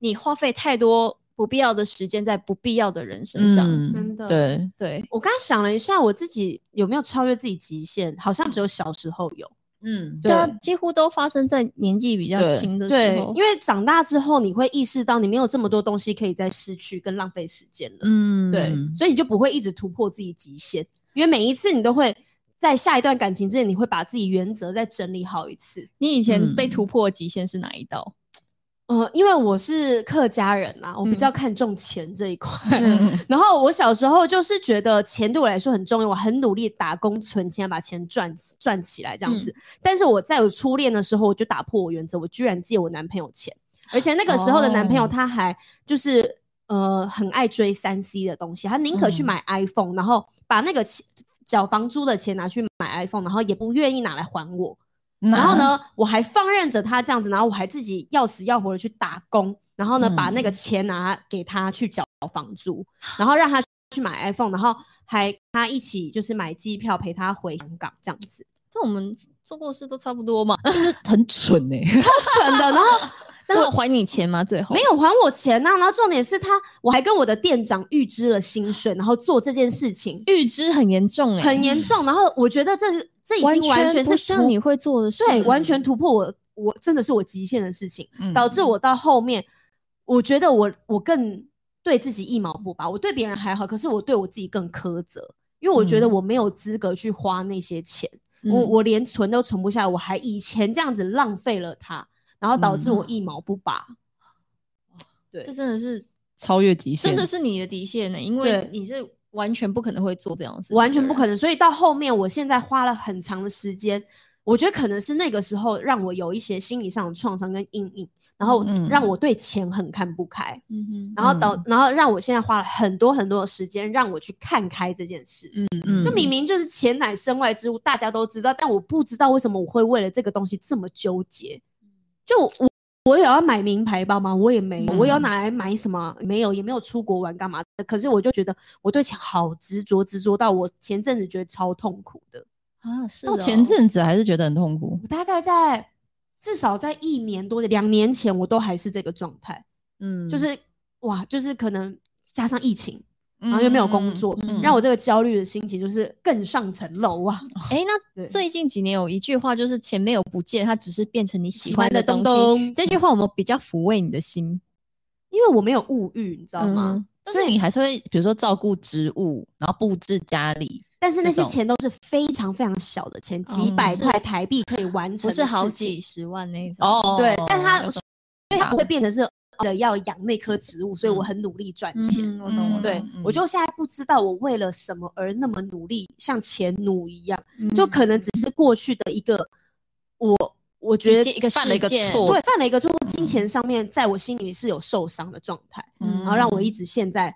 S3: 你花费太多不必要的时间在不必要的人身上。
S2: 嗯
S1: 真的
S2: 对，
S3: 对，
S1: 我刚刚想了一下，我自己有没有超越自己极限？好像只有小时候有。
S2: 嗯
S1: 对
S3: 对啊，几乎都发生在年纪比较
S2: 对
S3: 轻的
S1: 对
S3: 时候，
S1: 因。为长大之后，你会意识到你没有这么多东西可以再失去跟浪费时间了。
S2: 嗯
S1: 对，所以你就不会一直突破自己极限，因为每一次你都会在下一段感情之前，你会把自己原则再整理好一次。
S3: 你以前被
S2: 嗯
S3: 突破极限是哪一道？
S1: 呃，因为我是客家人啦，我比
S3: 嗯
S1: 较看重钱这一块。
S2: 嗯
S1: 然后我小时候就是觉得钱对我来说很重要，我很努力打工存钱，把钱赚起赚起来这样子。
S2: 嗯
S1: 但是我在我初恋的时候，我就打破我原则，我居然借我男朋友钱，而且那个时候的男朋友
S2: 哦
S1: 他还就是、呃很爱追三 C 的东西，他宁可去
S2: 嗯
S1: 买 iPhone，、然后把那个钱缴房租的钱拿去买 iPhone，然后也不愿意拿来还我。然 后？
S3: 嗯
S1: 呢，我还放任着他这样子，然后我还自己要死要活的去打工，然后呢，把那个
S3: 嗯
S1: 钱拿给他去缴房租，然后让他去买 iPhone，然后还他一起就是买机票陪他回香港这样子，
S3: 这我们做过的事都差不 多嘛。
S2: 那很蠢哎、
S1: 蠢的。然后
S3: 那我还你钱吗？最后
S1: 没有还我钱啊呐、然后重点是他，我还跟我的店长预支了薪水，然后做这件事情
S3: 预知很严重哎、
S1: 很严重。然后我觉得这这已经完全
S3: 不
S1: 是
S3: 像你
S1: 突
S3: 会做的事，
S1: 对，完全突破我我真的是我极限的事情。
S2: 嗯
S1: 导致我到后面，我觉得我我更对自己一毛不拔，我对别人还好，可是我对我自己更苛责，因为我觉得
S2: 嗯
S1: 我没有资格去花那些钱，
S3: 嗯
S1: 我我连存都存不下来，我还以前这样子浪费了它，然后导致
S2: 嗯
S1: 我一毛不拔。对
S3: 这真的是
S2: 超越极限，
S3: 真的是你的底线呢、欸因
S1: 对
S3: 为你是完全不可能会做这样的事情的人，
S1: 完全不可能。所以到后面，我现在花了很长的时间，我觉得可能是那个时候让我有一些心理上的创伤跟阴影，然后
S2: 嗯
S1: 让我对钱很看不开。
S3: 嗯哼，
S1: 然后导，然后让我现在花了很多很多的时间，让我去看开这件事。
S2: 嗯
S1: 就明明就是钱乃身外之物，大家都知道，但我不知道为什么我会为了这个东西这么纠结。就我，我也要买名牌包吗？我也没有，我也要
S2: 嗯
S1: 拿来买什么？没有，也没有出国玩干嘛的。可是我就觉得我对钱好执着，执着到我前阵子觉得超痛苦的。
S3: 啊，是
S2: 到
S3: 哦
S2: 前阵子还是觉得很痛苦，
S1: 我大概在至少在一年多的两年前，我都还是这个状态，
S2: 嗯
S1: 就是哇，就是可能加上疫情。
S2: 然
S1: 然后又没有工作，让
S3: 嗯
S2: 我
S1: 我这个焦虑的心情就是更上层楼啊！
S3: 哎、那
S1: 对
S3: 最近几年有一句话就是钱没有不见，它只是变成你喜欢的东西。
S1: 东，
S3: 这句话我们比较抚慰你的心，
S1: 因为我没有物欲，你知道
S3: 嗯
S1: 吗？
S3: 哼
S2: 但是你还是会比如说照顾植物，然后布置家里，
S1: 但是那
S2: 这
S1: 些
S2: 种
S1: 钱都是非常非常小的钱，几
S2: 嗯
S1: 百
S3: 是
S1: 块台币可以完成
S3: 不
S1: 的事情，
S3: 是好几十万那种
S2: 哦
S1: 对，但它
S2: 有
S1: 所
S2: 种
S1: 以它不会变成是为了要养那棵植物，所以我很努力赚钱。
S3: 嗯嗯我懂我懂
S1: 对，
S2: 嗯
S1: 我就现在不知道我为了什么而那么努力，像钱奴一样，
S3: 嗯
S1: 就可能只是过去的一个我，我觉得
S3: 一个
S2: 犯了一个
S3: 事件
S2: 错
S1: 对，犯了一个错误，金钱上面在我心里是有受伤的状态，
S2: 嗯
S1: 然后让我一直现在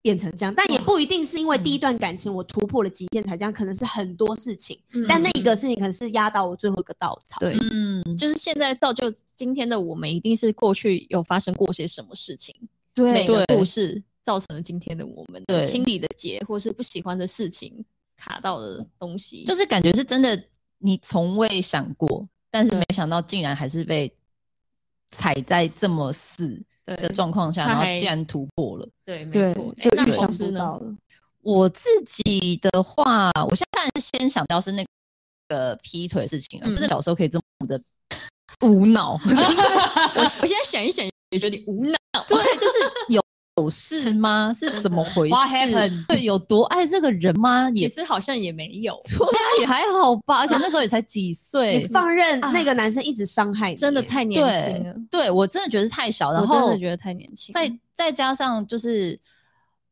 S1: 变成这样，但也不一定是因为第一段感情我突破了极限才这样，可能是很多事情，
S3: 嗯
S1: 但那一个事情可能是压到我最后一个稻草。
S3: 对
S2: 嗯
S3: 就是现在造就今天的我们，一定是过去有发生过些什么事情，
S1: 对
S3: 每个
S2: 对
S3: 故事造成了今天的我们的
S2: 对
S3: 心理的结，或是不喜欢的事情卡到的东西，
S2: 就是是感觉是真的，你从未想过，但是
S3: 对
S2: 没想到竟然还是被踩在这么死的
S3: 对
S2: 状况下，
S3: 他
S2: 然后
S3: 还
S2: 竟然突破了。
S3: 对，没
S1: 对
S3: 错，，
S1: 就
S3: 哎那
S1: 预
S3: 老
S1: 想
S3: 师
S1: 不
S3: 呢
S1: 到了。
S2: 我自己的话，我现在是先想到是那个劈腿的事情了，啊
S3: 嗯
S2: 真的小时候可以这么的无脑，
S3: 我 我现在想一想，也觉得你无脑，
S2: 对，就是有有事吗？是怎么回
S1: What
S2: 事
S1: happened？？
S2: 对，有多爱这个人吗？
S3: 其
S2: 也
S3: 实好像也没有，
S2: 对啊，也还好吧，而且那时候也才几
S1: 你
S2: 岁，
S1: 放任
S3: 啊
S1: 那个男生一直伤害你，
S3: 真的太年轻了，
S2: 对我真的觉得是太小，
S3: 我
S2: 然
S3: 真
S2: 后
S3: 的觉得太年轻，
S2: 在再加上就是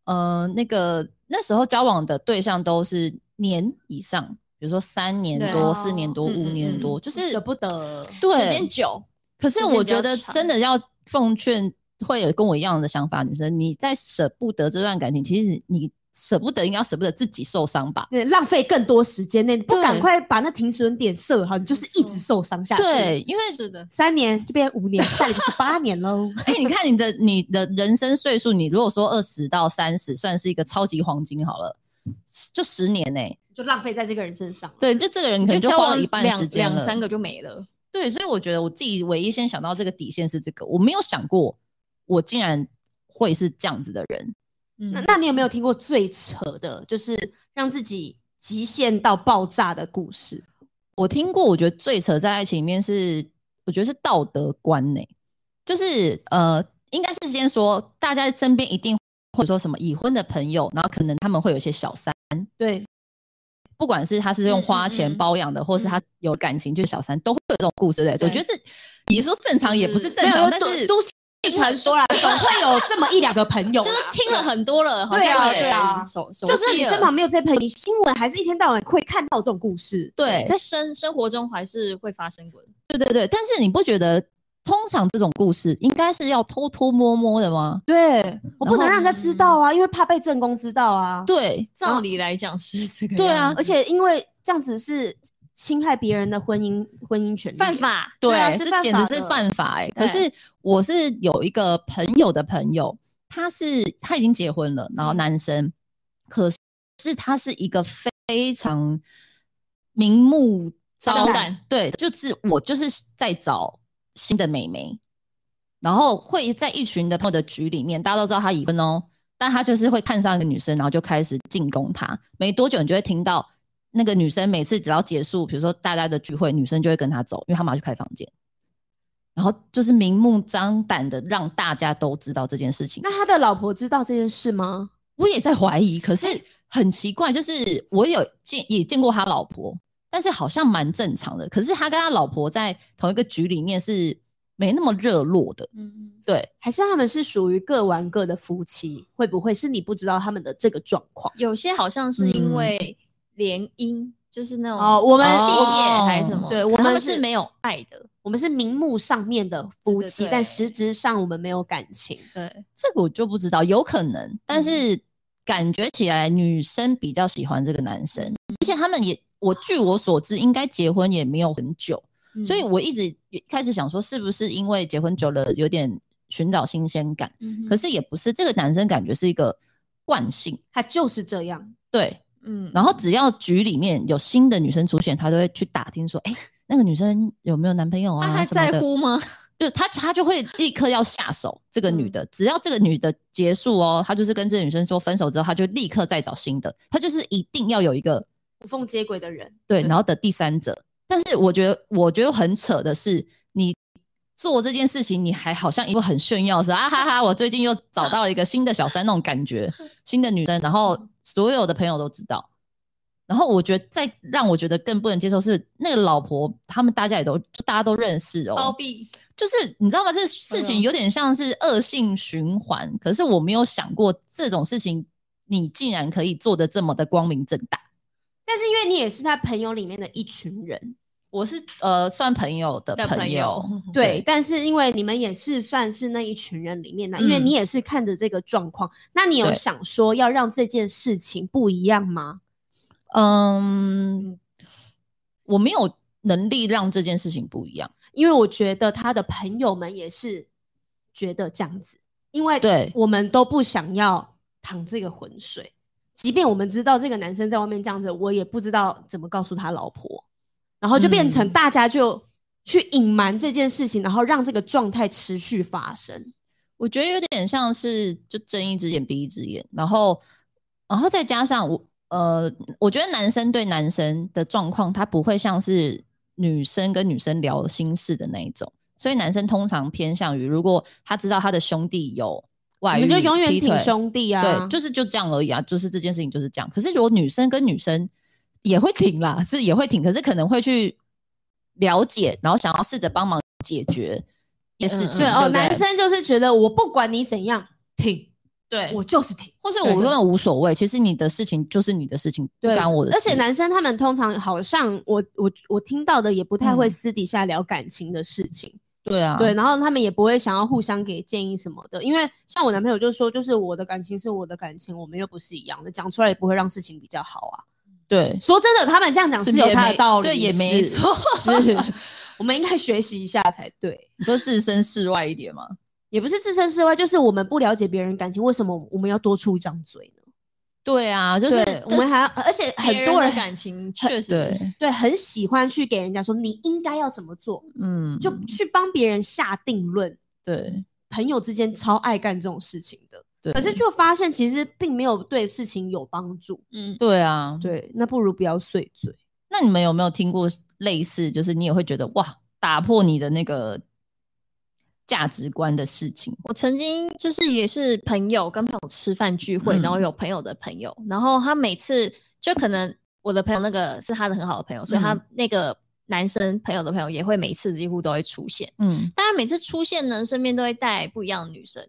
S2: 呃那个那时候交往的对象都是年以上，比如说三年
S3: 对
S2: 多、
S1: 哦
S2: 四年多、
S3: 嗯
S2: 五
S3: 嗯
S2: 年
S3: 嗯
S2: 多，就是
S1: 舍不得，
S2: 对
S3: 时间久，
S2: 可是
S3: 时间
S2: 我
S3: 比较
S2: 觉得真的要奉劝会有跟我一样的想法的女生，你在舍不得这段感情，其实你舍不得应该要舍不得自己受伤吧？
S1: 对浪费更多时间内，你不
S2: 对
S1: 赶快把那停损点设好，你就是一直
S3: 没
S1: 受伤下去。，
S2: 对，因为
S3: 是的，
S1: 三年就变五年，再来就是八年喽。
S2: 哎、你看你的你的人生岁数，你如果说二十到三十，算是一个超级黄金好了，就十年呢、
S1: 就浪费在这个人身上。
S2: 对，就这个人可能
S3: 就
S2: 就
S3: 交
S2: 花
S3: 往
S2: 了一半
S3: 两
S2: 时间了
S3: 两。三个就没了。
S2: 对，所以我觉得我自己唯一先想到这个底线是这个，我没有想过我竟然会是这样子的人。
S3: 嗯
S1: 那那你有没有听过最扯的，就是让自己极限到爆炸的故事？
S2: 我听过，我觉得最扯在爱情里面是，我觉得是道德观呢、就是呃，应该是先说大家身边一定会说什么已婚的朋友，然后可能他们会有一些小三，
S1: 对，
S2: 不管是他是用
S3: 嗯嗯
S2: 花钱
S3: 嗯
S2: 包养的，或是他有感情就是小三，都会有这种故事类。我
S3: 对嗯
S2: 觉得这你说正常也不是正
S1: 没
S2: 常，
S1: 有
S2: 但
S1: 都
S2: 是
S1: 都市传说 啦，总会有这么一两个朋友啦，
S3: 就是听了很多 了，好
S1: 对啊
S3: 像有
S1: 对啊
S3: 人熟熟
S1: 就
S3: 悉
S1: 是你
S3: 了
S1: 身旁没有这朋友，你新闻还是一天到晚会看到这种故事。
S2: 对
S3: 在生生活中还是会发生过的。
S2: 对对对。但是你不觉得通常这种故事应该是要偷偷摸摸的吗？
S1: 对，我不能
S2: 然后
S1: 让人家知道啊，因为怕被正宫知道啊。
S2: 对，
S3: 照理来讲是这个
S2: 对啊
S3: 样子，
S1: 而且因为这样子是侵害别人的婚姻婚姻权利，
S3: 犯。法，
S2: 对，
S1: 啊是
S2: 这
S1: 犯
S2: 简
S1: 法
S2: 直是
S1: 的
S2: 犯法哎、可
S3: 对
S2: 是我是有一个朋友的朋友，他是他已经结婚了，然后
S3: 嗯
S2: 男生，可是他是一个非常明目
S3: 招
S2: 张胆
S3: 揽，
S2: 对，就是我就是在找新的美眉，然后会在一群的朋友的局里面，大家都知道他已婚哦，但他就是会看上一个女生，然后就开始进攻她。没多久，你就会听到那个女生每次只要结束，比如说大家的聚会，女生就会跟他走，因为他马上去开房间，然后就是明目张胆的让大家都知道这件事情。
S1: 那他的老婆知道这件事吗？
S2: 我也在怀疑，可是很奇怪，就是我有见也见过他老婆，但是好像蛮正常的。可是他跟他老婆在同一个局里面是没那么热络的，
S3: 嗯，
S2: 对。
S1: 还是他们是属于各玩各的夫妻？会不会是你不知道他们的这个状况？
S3: 有些好像是
S2: 嗯
S3: 因为联姻，就是那种
S1: 哦我们
S3: 系业
S2: 哦
S3: 还是什么，
S1: 对
S3: 可
S1: 我
S3: 他
S1: 们
S3: 们
S1: 是
S3: 是没有爱的，
S1: 我们是名目上面的夫
S3: 对对
S1: 妻，
S3: 对
S1: 但实质上我们没有感情。
S3: 对，
S2: 这个我就不知道，有可能，但
S3: 嗯
S2: 是感觉起来女生比较喜欢这个男生，而且他们也，我据我所知，应该结婚也没有很久，所以
S3: 嗯
S2: 我一直也开始想说，是不是因为结婚久了有点寻找新鲜感？
S3: 嗯，
S2: 可是也不是，这个男生感觉是一个惯性，
S1: 他就是这样，
S2: 对，
S3: 嗯，
S2: 然后只要局里面有新的女生出现，他都会去打听说，哎、那个女生有没有男朋友啊？
S3: 他还
S2: 什么
S3: 在
S2: 的
S3: 乎吗？
S2: 就他他就会立刻要下手这个女
S3: 嗯
S2: 的，只要这个女的结束哦，他就是跟这个女生说分手之后，他就立刻再找新的，他就是一定要有一个
S1: 无缝接轨的人，
S2: 对，
S3: 对
S2: 然后的第三者。但是我觉得我觉得很扯的是，你做这件事情，你还好像一副很炫耀是啊哈哈，我最近又找到了一个新的小三那种感 觉，新的女生，然后
S3: 嗯
S2: 所有的朋友都知道。然后我觉得再让我觉得更不能接受是那个老婆，他们大家也都大家都认识哦，
S3: 包庇，
S2: 就是你知道吗？这事情有点像是恶性循环，可是我没有想过这种事情，你竟然可以做的这么的光明正大。
S1: 但是因为你也是他朋友里面的一群人，
S2: 我是呃算朋友的
S3: 的朋友
S2: 友，嗯
S1: 嗯对，但是因为你们也是算是那一群人里面的，
S2: 嗯
S1: 因为你也是看着这个状况，那你有
S2: 对
S1: 想说要让这件事情不一样吗？
S2: 嗯，我没有能力让这件事情不一样。
S1: 因为我觉得他的朋友们也是觉得这样子，因为
S2: 对
S1: 我们都不想要淌这个浑水。即便我们知道这个男生在外面这样子，我也不知道怎么告诉他老婆，然后就变成
S2: 嗯
S1: 大家就去隐瞒这件事情，然后让这个状态持续发生。
S2: 我觉得有点像是就睁一只眼闭一只眼，然后然后再加上我呃，我觉得男生对男生的状况，他不会像是女生跟女生聊心事的那一种，所以男生通常偏向于如果他知道他的兄弟有
S1: 我
S2: 外遇，
S1: 们就永远
S2: 劈
S1: 挺
S2: 腿
S1: 兄弟啊，
S2: 对，就是就这样而已啊，就是这件事情就是这样。可是如果女生跟女生也会挺啦，是也会挺，可是可能会去了解，然后想要试着帮忙解决一些事
S3: 嗯
S2: 情。
S1: 对
S2: 对
S1: 哦，
S2: 不对
S1: 男生就是觉得我不管你怎样，挺，
S2: 对
S1: 我就是挺。
S2: 或是
S1: 对
S2: 我根本无所谓，其实你的事情就是你的事情，不
S1: 对
S2: 干我的事。
S1: 而且男生他们通常好像我我我听到的也不太会
S2: 嗯
S1: 私底下聊感情的事情，
S2: 对啊，
S1: 对，然后他们也不会想要互相给建议什么的，因为像我男朋友就说，就是我的感情是我的感情，我们又不是一样的，讲出来也不会让事情比较好啊。
S2: 对，
S1: 说真的，他们这样讲
S2: 是
S1: 是有
S2: 也
S1: 他的
S2: 没
S1: 道理，
S2: 对也没
S1: 是
S2: 错
S1: 是，我们应该学习一下才对。
S2: 你说置身事外一点嘛，
S1: 也不是置身事外，就是我们不了解别人感情，为什么我们要多出一张嘴呢？
S2: 对啊，就是
S1: 对，我们还要，而且很多人
S3: 感情确实
S2: 对，
S1: 对很喜欢去给人家说你应该要怎么做，
S2: 嗯，
S1: 就去帮别人下定论。
S2: 对
S1: 朋友之间超爱干这种事情的，
S2: 对，
S1: 可是就发现其实并没有对事情有帮助。
S3: 嗯，
S2: 对啊，
S1: 对，那不如不要碎嘴。
S2: 那你们有没有听过类似，就是你也会觉得哇，打破你的那个价值观的事情？
S3: 我曾经就是也是朋友跟朋友吃饭聚会，
S2: 嗯
S3: 然后有朋友的朋友，然后他每次就可能我的朋友那个是他的很好的朋友，所以他
S2: 嗯
S3: 那个男生朋友的朋友也会每次几乎都会出现，
S2: 嗯，
S3: 但他每次出现呢，身边都会带不一样的女生。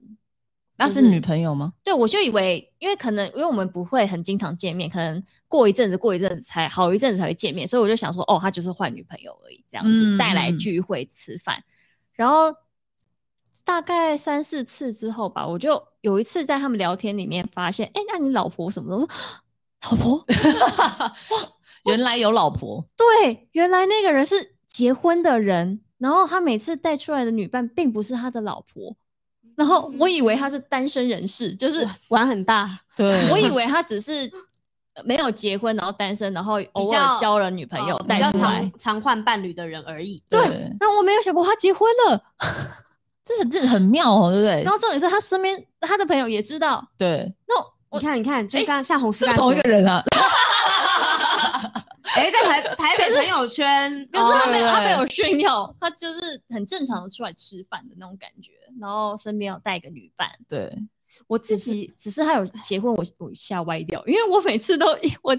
S2: 那
S3: 就是
S2: 女朋友吗？
S3: 对，我就以为，因为可能因为我们不会很经常见面，可能过一阵子、过一阵子才好一阵子才会见面，所以我就想说，哦，他就是换女朋友而已，这样子带来
S2: 嗯嗯嗯
S3: 聚会吃饭，然后大概三四次之后吧，我就有一次在他们聊天里面发现，哎，那你老婆什么的？我说老婆？
S2: 原来有老婆，
S3: 对，原来那个人是结婚的人，然后他每次带出来的女伴并不是他的老婆，然后我以为他是单身人士，就是。
S1: 玩很大，
S2: 对
S3: 我以为他只是呃没有结婚，然后单身，然后偶
S1: 较
S3: 尔交了女朋友
S1: 哦
S3: 带
S1: 比较
S3: 出来。
S1: 常常换伴侣的人而已。
S2: 对，
S3: 那我没有想过他结婚了。
S2: 这个这个很妙哦，对不对
S3: 然？后重点是他身边他的朋友也知道。
S2: 对，
S3: 那
S1: 你
S3: 我
S1: 看，你看，就像像红丝
S2: 是不
S1: 带
S2: 是同一个人啊？
S1: 哎，在 台台北朋友圈，
S3: 可是他
S1: 哦
S3: 没有，
S2: 对
S3: 他没有炫耀，他就是很正常的出来吃饭的那种感觉，然后身边有带一个女伴，
S2: 对，
S1: 我自
S3: 只是
S1: 己
S3: 只是他有结婚，我我吓歪掉，因为我每次都我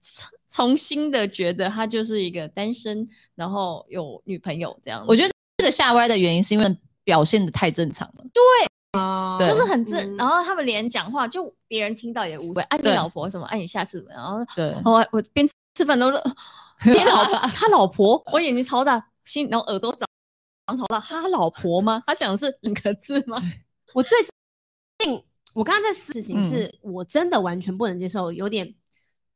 S3: 重重新的觉得他就是一个单身，然后有女朋友这样子，
S2: 我觉得这个下歪的原因是因为表现的太正常了。
S1: 啊
S2: 对
S3: 就是很正，
S1: 嗯
S3: 然后他们连讲话就别人听到也无所谓，哎、你
S2: 对
S3: 老婆什么，哎、你下次怎么样，然后
S2: 对，
S3: 然后我我边吃饭 都是天老婆他老婆，我眼睛超大，心然后耳朵长长超大，他老婆吗？他讲的是两个字吗？
S1: 我最近我刚刚在思事情
S2: 嗯
S1: 是我真的完全不能接受，有点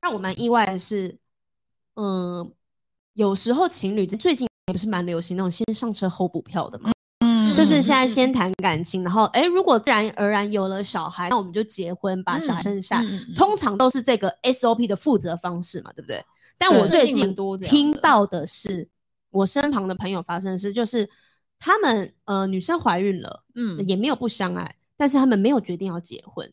S1: 让我蛮意外的是，嗯，有时候情侣之最近也不是蛮流行那种先上车后补票的嘛，
S2: 嗯
S1: 就是现在先谈感情，然后哎，诶如果自然而然有了小孩，那我们就结婚，把小孩生下来。通常都是这个 SOP 的负责方式嘛，对不对？但
S2: 对
S1: 我最
S3: 最近
S1: 近
S3: 蛮多这样的
S1: 听到的是，我身旁的朋友发生的事，就是他们呃女生怀孕了，
S2: 嗯，
S1: 也没有不相爱，但是他们没有决定要结婚，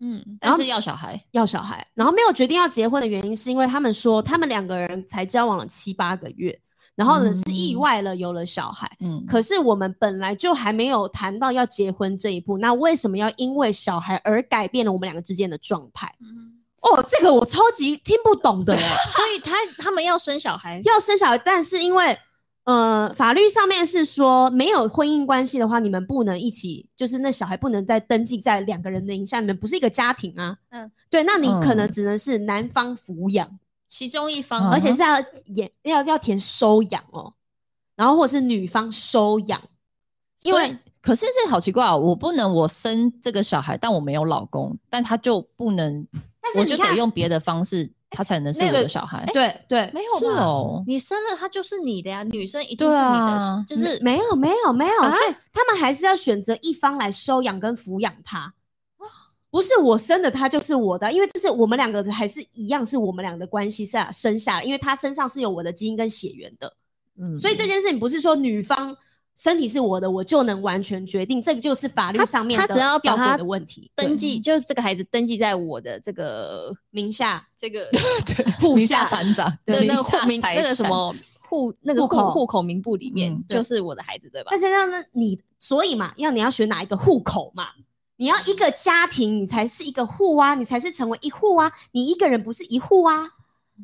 S3: 嗯
S2: 但是要小孩，
S1: 要小孩，然后没有决定要结婚的原因是因为他们说他们两个人才交往了七八个月，然后呢
S2: 嗯
S1: 是意外了有了小孩，
S2: 嗯，
S1: 可是我们本来就还没有谈到要结婚这一步，那为什么要因为小孩而改变了我们两个之间的状态？
S3: 嗯，
S1: 哦，这个我超级听不懂的耶。
S3: 所以他他们要生小孩，
S1: 要生小孩，但是因为呃，法律上面是说没有婚姻关系的话，你们不能一起，就是那小孩不能再登记在两个人的名下，你们不是一个家庭啊。嗯
S3: 嗯，
S1: 对，那你可能
S2: 嗯
S1: 只能是男方抚养，
S3: 其中一方，
S2: 嗯
S1: 而且
S2: 哼
S1: 是要演要要填收养哦，然后或者是女方收养，因
S2: 所以
S1: 为
S2: 可是这好奇怪哦，我不能我生这个小孩，但我没有老公，但他就不能，
S1: 但是
S2: 我
S1: 你
S2: 就
S1: 看
S2: 得用别的方式，他才能是
S1: 那
S2: 我
S1: 个
S2: 的小孩。
S1: 对对，
S3: 哎没有
S2: 是
S3: 吧？
S2: 哦，
S3: 你生了他就是你的呀，女生一定
S2: 对
S3: 是你的，
S2: 啊
S3: 就是
S1: 没有没有没有，
S3: 啊
S1: 所以他们还是要选择一方来收养跟抚养他。
S3: 哦
S1: 不是我生的，他就是我的，因为就是我们两个还是一样，是我们俩的关系下生下来，因为他身上是有我的基因跟血缘的，
S2: 嗯
S1: 所以这件事情不是说女方身体是我的，我就能完全决定，这个就是法律上面
S3: 他
S1: 的
S3: 只要把
S1: 调
S3: 他
S1: 过的问题，
S3: 登记，就这个孩子登记在我的这个
S1: 名 下
S3: 这个
S1: 户
S2: 名下
S1: 下
S2: 残 长，
S1: 对
S3: 的
S2: 名
S3: 那个
S2: 下
S3: 户名
S2: 财
S3: 那个什
S2: 产，
S3: 么户那个
S1: 户口
S3: 户户口名簿里面
S2: 嗯
S1: 对
S3: 就是我的孩子对吧
S1: 但？是让那你，所以嘛，要你要选哪一个户口嘛？你要一个家庭，你才是一个户啊，你才是成为一户啊，你一个人不是一户啊。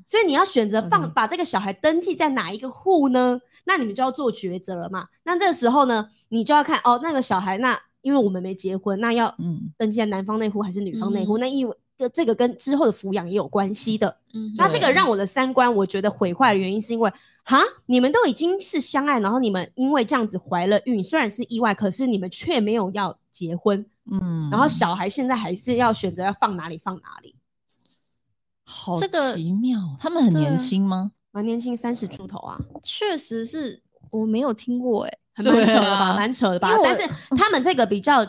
S1: 所以你要选择放、
S2: 嗯
S1: 把这个小孩登记在哪一个户呢？那你们就要做抉择了嘛。那这个时候呢，你就要看哦，那个小孩那因为我们没结婚，那要
S2: 嗯，
S1: 登记在男方内户还是女方内户？
S3: 嗯
S1: 那意味这这个跟之后的抚养也有关系的。
S3: 嗯
S1: 那这个
S2: 对
S1: 让我的三观我觉得毁坏的原因是因为，哈，你们都已经是相爱，然后你们因为这样子怀了孕，虽然是意外，可是你们却没有要结婚，
S2: 嗯，
S1: 然后小孩现在还是要选择要放哪里放哪里，
S2: 好
S3: 这个
S2: 奇妙，他们很
S3: 对啊
S2: 年轻吗？
S1: 蛮年轻，三十出头啊，
S3: 确实是我没有听过哎、
S1: 很蛮扯的
S2: 对
S1: 吧，
S2: 啊
S1: 蛮、扯的吧
S3: 因为。我
S1: 但是他们这个比较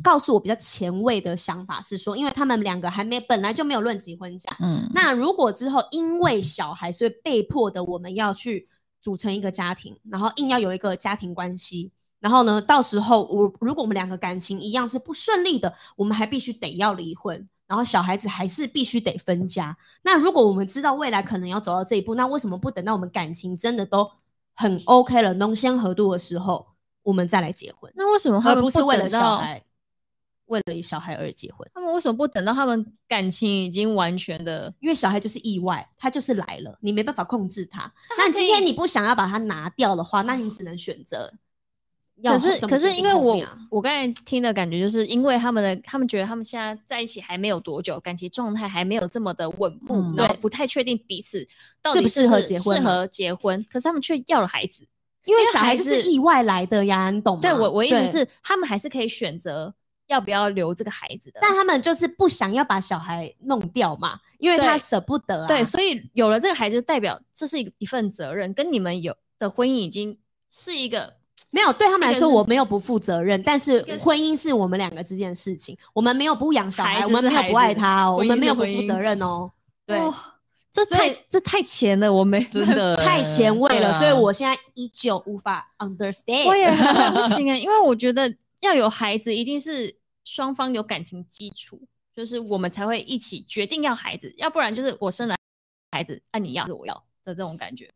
S1: 告诉我比较前卫的想法是说，因为他们两个还没本来就没有论及婚嫁，
S2: 嗯，
S1: 那如果之后因为小孩，所以被迫的我们要去组成一个家庭，然后硬要有一个家庭关系，然后呢，到时候我如果我们两个感情一样是不顺利的，我们还必须得要离婚，然后小孩子还是必须得分家。那如果我们知道未来可能要走到这一步，那为什么不等到我们感情真的都很 OK 了，浓鲜合度的时候，我们再来结婚，
S3: 那为什么他
S1: 而
S3: 们
S1: 不是为了
S3: 等
S1: 小
S3: 到
S1: 孩，为了小孩而结婚？
S3: 他们为什么不等到他们感情已经完全的？
S1: 因为小孩就是意外，他就是来了，你没办法控制他。
S3: 他
S1: 那
S3: 可
S1: 今
S3: 以
S1: 天你不想要把它拿掉的话，那你只能选择要
S3: 可
S1: 怎么决定后面啊。
S3: 是可是因为我我刚才听的感觉就是因为他们的他们觉得他们现在在一起还没有多久，感情状态还没有这么的稳固，
S2: 嗯
S3: 然后
S1: 对
S3: 不太确定彼此到
S1: 适
S3: 底
S1: 不
S3: 是
S1: 适合
S3: 是
S1: 结婚
S3: 适
S1: 了
S3: 合结婚，可是他们却要了孩子。
S1: 因为
S3: 因为
S1: 小孩
S3: 孩
S1: 就
S3: 子
S1: 是意外来的呀，你懂吗？
S3: 对我我意思
S1: 对，
S3: 是他们还是可以选择要不要留这个孩子的，
S1: 但他们就是不想要把小孩弄掉嘛，因为他
S3: 对
S1: 舍不得啊。
S3: 对，所以有了这个孩子，代表这是一一份责任，跟你们有的婚姻已经是一个
S1: 没有对他们来
S3: 一个
S1: 说
S3: 是
S1: 我没有不负责任，但是
S3: 个是
S1: 婚姻是我们两个之间的事情，我们没有不养小
S3: 孩
S1: 孩，
S3: 子
S1: 我们
S3: 是
S1: 没有
S3: 孩
S1: 不爱
S3: 子
S1: 他哦，我
S3: 婚
S1: 们没
S3: 姻是
S1: 有不
S3: 婚
S1: 负责
S3: 姻
S1: 任哦。对，
S3: 哇这
S1: 所以
S3: 太这太前了，我没
S2: 真的
S1: 太前卫
S2: 对
S1: 了，
S2: 啊
S1: 所以我现在依旧无法 understand。
S3: 我也 很不行哎、因为我觉得要有孩子，一定是双方有感情基础，就是我们才会一起决定要孩子，要不然就是我生了孩子，啊你要还是我要的这种感觉。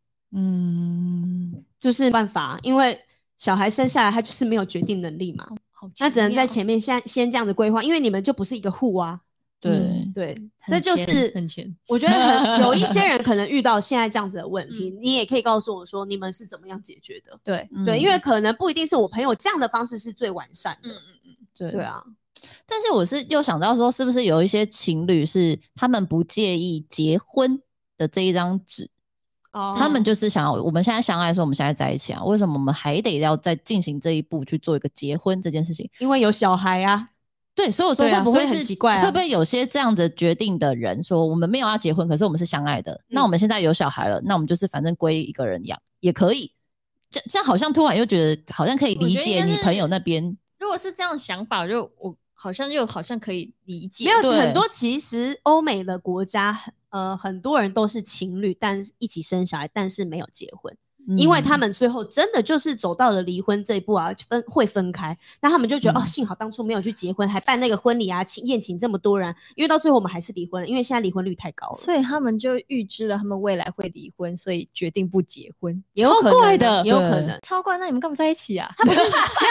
S2: 嗯，
S1: 就是没办法，因为小孩生下来他就是没有决定能力嘛，
S3: 好奇
S1: 那只能在
S3: 妙哦
S1: 前面先先这样子规划，因为你们就不是一个户啊。
S2: 对，
S1: 对，这
S3: 嗯很
S1: 就
S3: 前
S1: 是
S3: 很前
S1: 我觉得 很有一些人可能遇到现在这样子的问
S3: 嗯
S1: 题，你也可以告诉我说你们是怎么样解决的。
S3: 对，
S1: 对，因为
S2: 嗯
S1: 可能不一定是我朋友这样的方式是最完善的。
S3: 嗯嗯嗯，
S2: 对
S1: 对啊，
S2: 但是我是又想到说，是不是有一些情侣是他们不介意结婚的这一张纸，
S3: 嗯
S1: 哦
S2: 他们就是想要我们现在相爱说我们现在在一起啊，为什么我们还得要再进行这一步去做一个结婚这件事情？
S1: 因为有小孩啊，
S2: 对，所以我说
S1: 对啊
S2: 会不
S1: 所
S2: 会
S1: 以
S2: 是、
S1: 很奇怪啊
S2: 会不会有些这样子决定的人说我们没有要结婚，可是我们是相爱的，
S1: 嗯
S2: 那我们现在有小孩了，那我们就是反正归一个人养也可以。这这样好像突然又觉得好像可以
S3: 我
S2: 理
S3: 觉得应
S2: 解
S3: 该
S2: 你
S3: 是
S2: 朋友那边，
S3: 如果是这样的想法，就我好像又好像可以理解，
S1: 没有
S2: 对
S1: 很多其实欧美的国家，呃，很多人都是情侣，但是一起生小孩，但是没有结婚。因为他
S2: 嗯
S1: 们最后真的就是走到了离婚这一步啊，分会分开，那他们就觉得、
S2: 嗯
S1: 哦，幸好当初没有去结婚，还办那个婚礼啊，请宴请这么多人，因为到最后我们还是离婚了，因为现在离婚率太高了，
S3: 所以他们就预知了他们未来会离婚，所以决定不结婚，
S1: 也有可
S3: 超怪
S1: 能啊，
S3: 的，
S1: 也有可
S2: 对
S1: 能。
S3: 超怪。那你们干嘛在一起啊？
S1: 他不是没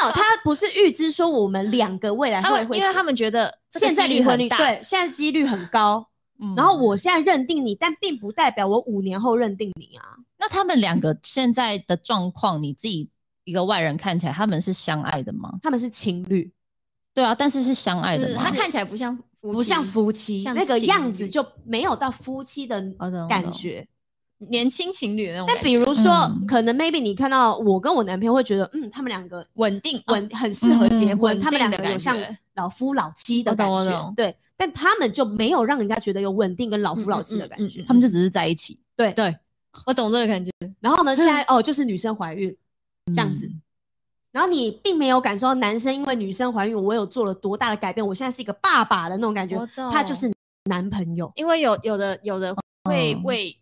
S1: 有，他不是预知说我们两个未来
S3: 他
S1: 会
S3: 们
S1: 会
S3: 因为
S1: 结
S3: 他们觉得这个
S1: 现在
S3: 几率
S1: 离婚
S3: 很
S1: 率
S3: 大，
S1: 对，现在几率很高。
S2: 嗯
S1: 然后我现在认定你，但并不代表我五年后认定你啊。
S2: 那他们两个现在的状况，你自己一个外人看起来，他们是相爱的吗？
S1: 他们是情侣，
S2: 对啊，但是是相爱
S3: 就
S2: 的
S3: 是
S2: 吗？
S1: 嗯
S3: 他看起来不像夫
S1: 不像
S3: 妻
S1: 夫妻，
S3: 像
S1: 那个
S3: 情
S1: 样子
S3: 侣
S1: 就没有到夫妻的
S3: 哦懂
S1: 感
S3: 懂
S1: 觉。
S3: 年轻情侣的那种感
S1: 但
S3: 觉，
S1: 比如说，
S2: 嗯
S1: 可能 maybe 你看到我跟我男朋友会觉得，嗯，他们两个
S3: 稳定啊
S1: 稳很适合结
S2: 嗯
S1: 婚，
S3: 稳
S1: 他们
S3: 定
S1: 两
S3: 的
S1: 个有
S3: 感
S1: 像
S3: 觉
S1: 老夫老妻的
S3: 我
S1: 感
S3: 懂我
S1: 觉
S3: 懂，
S1: 对，但他们就没有让人家觉得有稳定跟老夫
S3: 嗯
S1: 老
S3: 嗯
S1: 妻的
S3: 嗯
S1: 感
S3: 嗯
S1: 觉
S3: 嗯。
S2: 他们就只是在一起，
S3: 对，我懂这个感觉。
S1: 然后呢，现 在哦，就是女生怀孕这样子
S2: 嗯，
S1: 然后你并没有感受到男生因为女生怀孕，我有做了多大的改变，我现在是一个爸爸的那种感觉
S3: 我，
S1: 他就
S3: 懂
S1: 是男朋友。
S3: 因为有有的有的会
S2: 嗯
S3: 为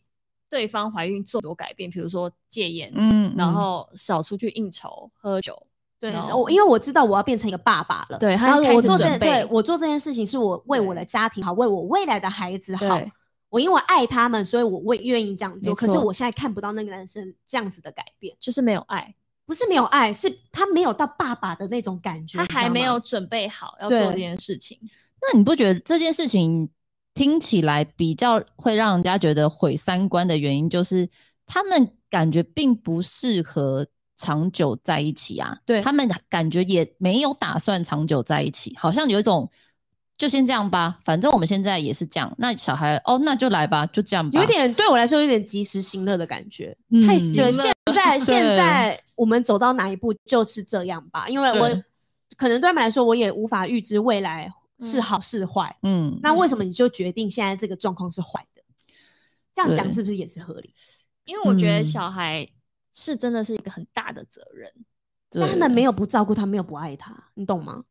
S3: 对方怀孕做很多改变，比如说戒烟，
S2: 嗯
S3: 然后少出去应酬、喝酒，
S1: 对，
S3: 然
S1: 我
S3: 后
S1: 因为我知道我要变成一个爸爸了，
S3: 对他
S1: 然后
S3: 开始
S1: 我做这
S3: 准备
S1: 对我做这件事情是我为我
S3: 对
S1: 的家庭好，为我未来的孩子好，
S3: 对
S1: 我因为爱他们，所以我会愿意这样做。
S2: 没
S1: 可
S2: 错
S1: 是我现在看不到那个男生这样子的改变，
S3: 就是没有爱，
S1: 不是没有爱，是他没有到爸爸的那种感觉，
S3: 他
S1: 你知道
S3: 还没
S1: 吗
S3: 有。准备好要做
S1: 对
S3: 这件事情。
S2: 那你不觉得这件事情听起来比较会让人家觉得毁三观的原因，就是他们感觉并不适合长久在一起啊，
S1: 对
S2: 他们感觉也没有打算长久在一起，好像有一种就先这样吧，反正我们现在也是这样，那小孩哦那就来吧，就这样吧，
S1: 有一点对我来说有点及时行乐的感觉。
S2: 嗯
S3: 太行
S1: 对，
S3: 了
S1: 现 在
S2: 对
S1: 现在我们走到哪一步就是这样吧，因为我
S2: 对
S1: 可能对他们来说，我也无法预知未来是好是坏。
S2: 嗯，
S1: 那为什么你就决定现在这个状况是坏的？这样讲
S2: 对
S1: 是不是也是合理？
S3: 因为我觉得
S2: 嗯
S3: 小孩是真的是一个很大的责任。
S1: 但
S2: 对
S1: 他们没有不照顾他，没有不爱他，你懂吗？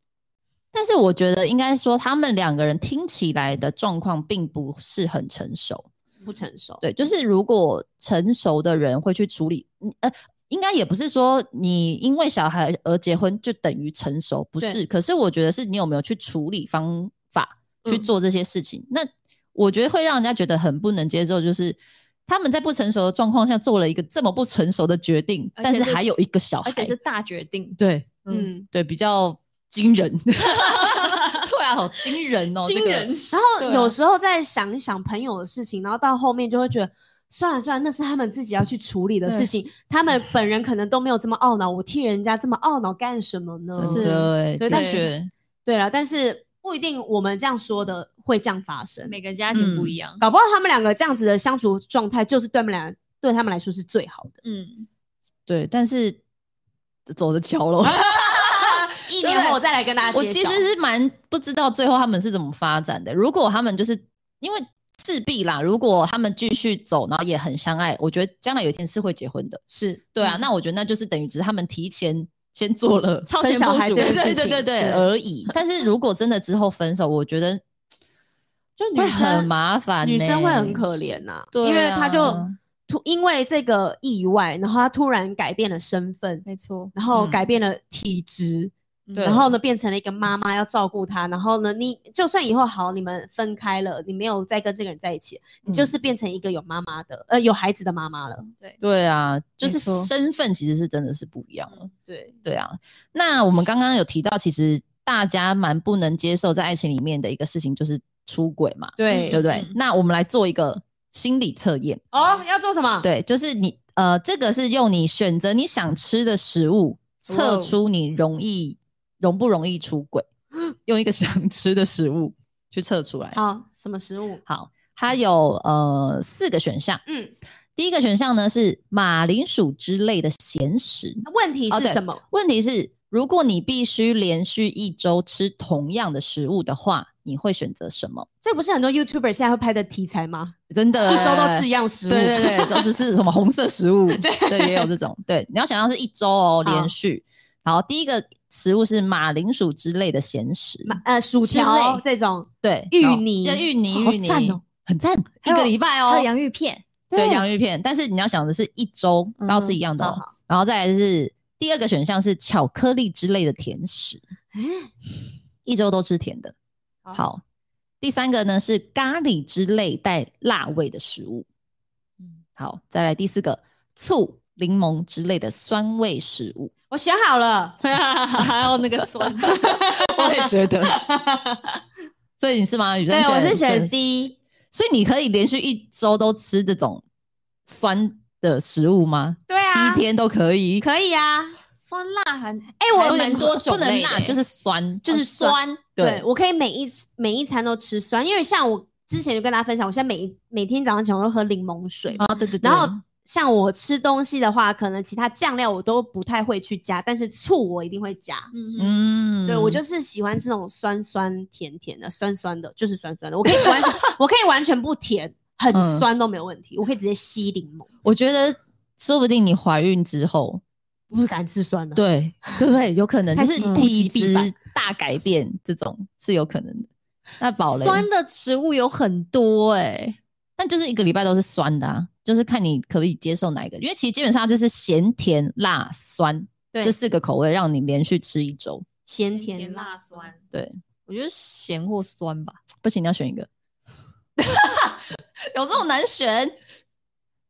S2: 但是我觉得应该说，他们两个人听起来的状况并不是很成熟。
S1: 不成熟，
S2: 对，就是如果成熟的人会去处理，嗯呃，应该也不是说你因为小孩而结婚就等于成熟，不
S1: 对
S2: 是。可是我觉得是你有没有去处理方法去
S1: 嗯
S2: 做这些事情。那我觉得会让人家觉得很不能接受，就是他们在不成熟的状况下做了一个这么不成熟的决定，
S3: 而
S2: 但
S3: 且
S2: 是
S3: 是
S2: 还有一个小孩，
S3: 而且是大决定。
S2: 对
S3: 嗯，
S1: 嗯。
S2: 对比较惊人。 对啊，好惊人哦！这
S3: 惊
S2: 个
S3: 人，
S1: 然
S3: 对
S1: 后
S3: 啊
S1: 有时候再想一想朋友的事情，然后到后面就会觉得，算了算了，那是他们自己要去处理的
S3: 对
S1: 事情，他们本人可能都没有这么懊恼，我替人家这么懊恼干什么呢？
S3: 是
S2: 真的欸
S1: 对
S2: 的
S1: 但是
S2: 确
S1: 对了，但是不一定我们这样说的会这样发生，
S3: 每个家庭不一样。
S1: 搞不好他们两个这样子的相处状态，就是对他们俩对他们来说是最好的。
S3: 嗯，
S2: 对，但是走的巧了。
S1: 一
S2: 对
S1: 年后我再来跟大家
S2: 我
S1: 揭
S2: 其
S1: 晓
S2: 实是蛮不知道最后他们是怎么发展的。如果他们就是因为势必啦，如果他们继续走，然后也很相爱，我觉得将来有一天是会结婚的。
S1: 是
S2: 对啊，
S3: 嗯
S2: 那我觉得那就是等于只是他们提前先做了
S1: 超
S2: 生
S1: 前
S2: 小
S1: 部
S2: 孩
S1: 署
S2: 这
S1: 的
S2: 件
S1: 事
S2: 事情，
S1: 情
S2: 对对对
S1: 对
S2: 而已。但是如果真的之后分手，我觉得
S1: 就
S2: 会
S1: 女
S2: 很
S1: 生
S2: 麻烦呢、
S1: 女生会很可怜呐、
S2: 对啊
S1: 因为她就突因为这个意外，然后她突然改变了身份，
S3: 没错。
S1: 然后
S2: 嗯
S1: 改变了体质，
S3: 嗯
S2: 对
S1: 然后呢变成了一个妈妈要照顾她，然后呢你就算以后好你们分开了，你没有再跟这个人在一起，你就
S2: 嗯
S1: 是变成一个有妈妈的呃有孩子的妈妈了。
S2: 对啊，就是
S3: 没错
S2: 身份其实是真的是不一样了。
S1: 对，
S2: 对啊，那我们刚刚有提到，其实大家蛮不能接受在爱情里面的一个事情就是出轨嘛，
S1: 对
S2: 对不对？
S3: 嗯
S2: 那我们来做一个心理测验，
S1: 哦，要做什么？
S2: 对，就是你呃，这个是用你选择你想吃的食物，测
S3: 哇哦
S2: 出你容易容不容易出 轨，用一个想吃的食物去测出来。
S1: 好，什么食物？
S2: 好，它有呃四个选项，
S1: 嗯，
S2: 第一个选项呢是马铃薯之类的咸食，
S1: 问题
S2: 哦
S1: 是
S2: 对
S1: 什么？
S2: 问题是，如果你必须连续一周吃同样的食物的话，你会选择什么？
S1: 这不是很多 YouTuber 现在会拍的题材吗？
S2: 真的，
S1: 一周都吃一样食物。
S2: 呃对对对，都只是什么红色食 物，对，也有这种。对，你要想象是一周哦，
S1: 好
S2: 连续。好，第一个食物是马铃薯之类的咸食，
S1: 马呃，薯条这种，
S2: 对，
S1: 芋
S2: 然后
S1: 泥
S2: 对芋泥，
S1: 好
S2: 芋泥
S1: 赞哦，
S2: 很赞，一
S3: 还
S2: 个
S3: 有
S2: 礼拜
S3: 还
S2: 哦
S3: 有，洋芋片，
S2: 对，
S1: 对
S2: 洋芋片。但是你要想的是一周都要吃一样的哦，
S1: 嗯好
S2: 然后再来是第二个选项是巧克力之类的甜食，一周都吃甜的。
S1: 好
S2: 好，第三个呢是咖喱之类带辣味的食物。嗯，好，再来第四个醋、柠檬之类的酸味食物。
S1: 我选好了。
S3: 还有那个 酸。
S2: 我也觉得。 所以你是吗？雨
S1: 对，
S2: 珍
S1: 我是选
S2: 选，
S1: D，
S2: 所以你可以连续一周都吃这种酸的食物吗？
S1: 对啊
S2: 七天都可以。
S1: 可以啊。
S3: 酸辣还
S1: 哎，
S3: 还
S1: 我
S3: 蛮多种
S2: 不能
S3: 类的
S2: 辣，
S3: 欸
S2: 就是酸，
S3: 就是
S2: 哦。
S3: 酸，
S1: 对
S2: 对，
S1: 我可以每一每一餐都吃酸，因为像我之前就跟大家分享，我现在每一每天早上起来我都喝柠檬水嘛，
S2: 啊，对对对。
S1: 然后。像我吃东西的话，可能其他酱料我都不太会去加，但是醋我一定会加。
S3: 嗯嗯，
S2: 嗯，
S1: 对我就是喜欢吃那种酸酸甜甜的，酸酸的，就是酸酸的。我可以完全，我可以完全不甜，很
S2: 嗯
S1: 酸都没有问题，我可以直接吸柠檬，
S2: 我觉得说不定你怀孕之后，
S1: 不敢吃酸的。
S2: 对对不对？有可能
S1: 开
S2: 就
S1: 始
S2: 是
S1: 物
S2: 体
S1: 极必反
S2: 质大改变，这种是有可能的。那宝嘞，
S3: 酸的食物有很多哎，
S2: 但就是一个礼拜都是酸的啊，就是看你可不可以接受哪一个，因为其实基本上就是咸、甜、辣、酸
S1: 对
S2: 这四个口味，让你连续吃一周。
S1: 咸甜辣，
S3: 酸。
S2: 对，
S3: 我觉得咸或酸吧，
S2: 不行，你要选一个。有这种难选？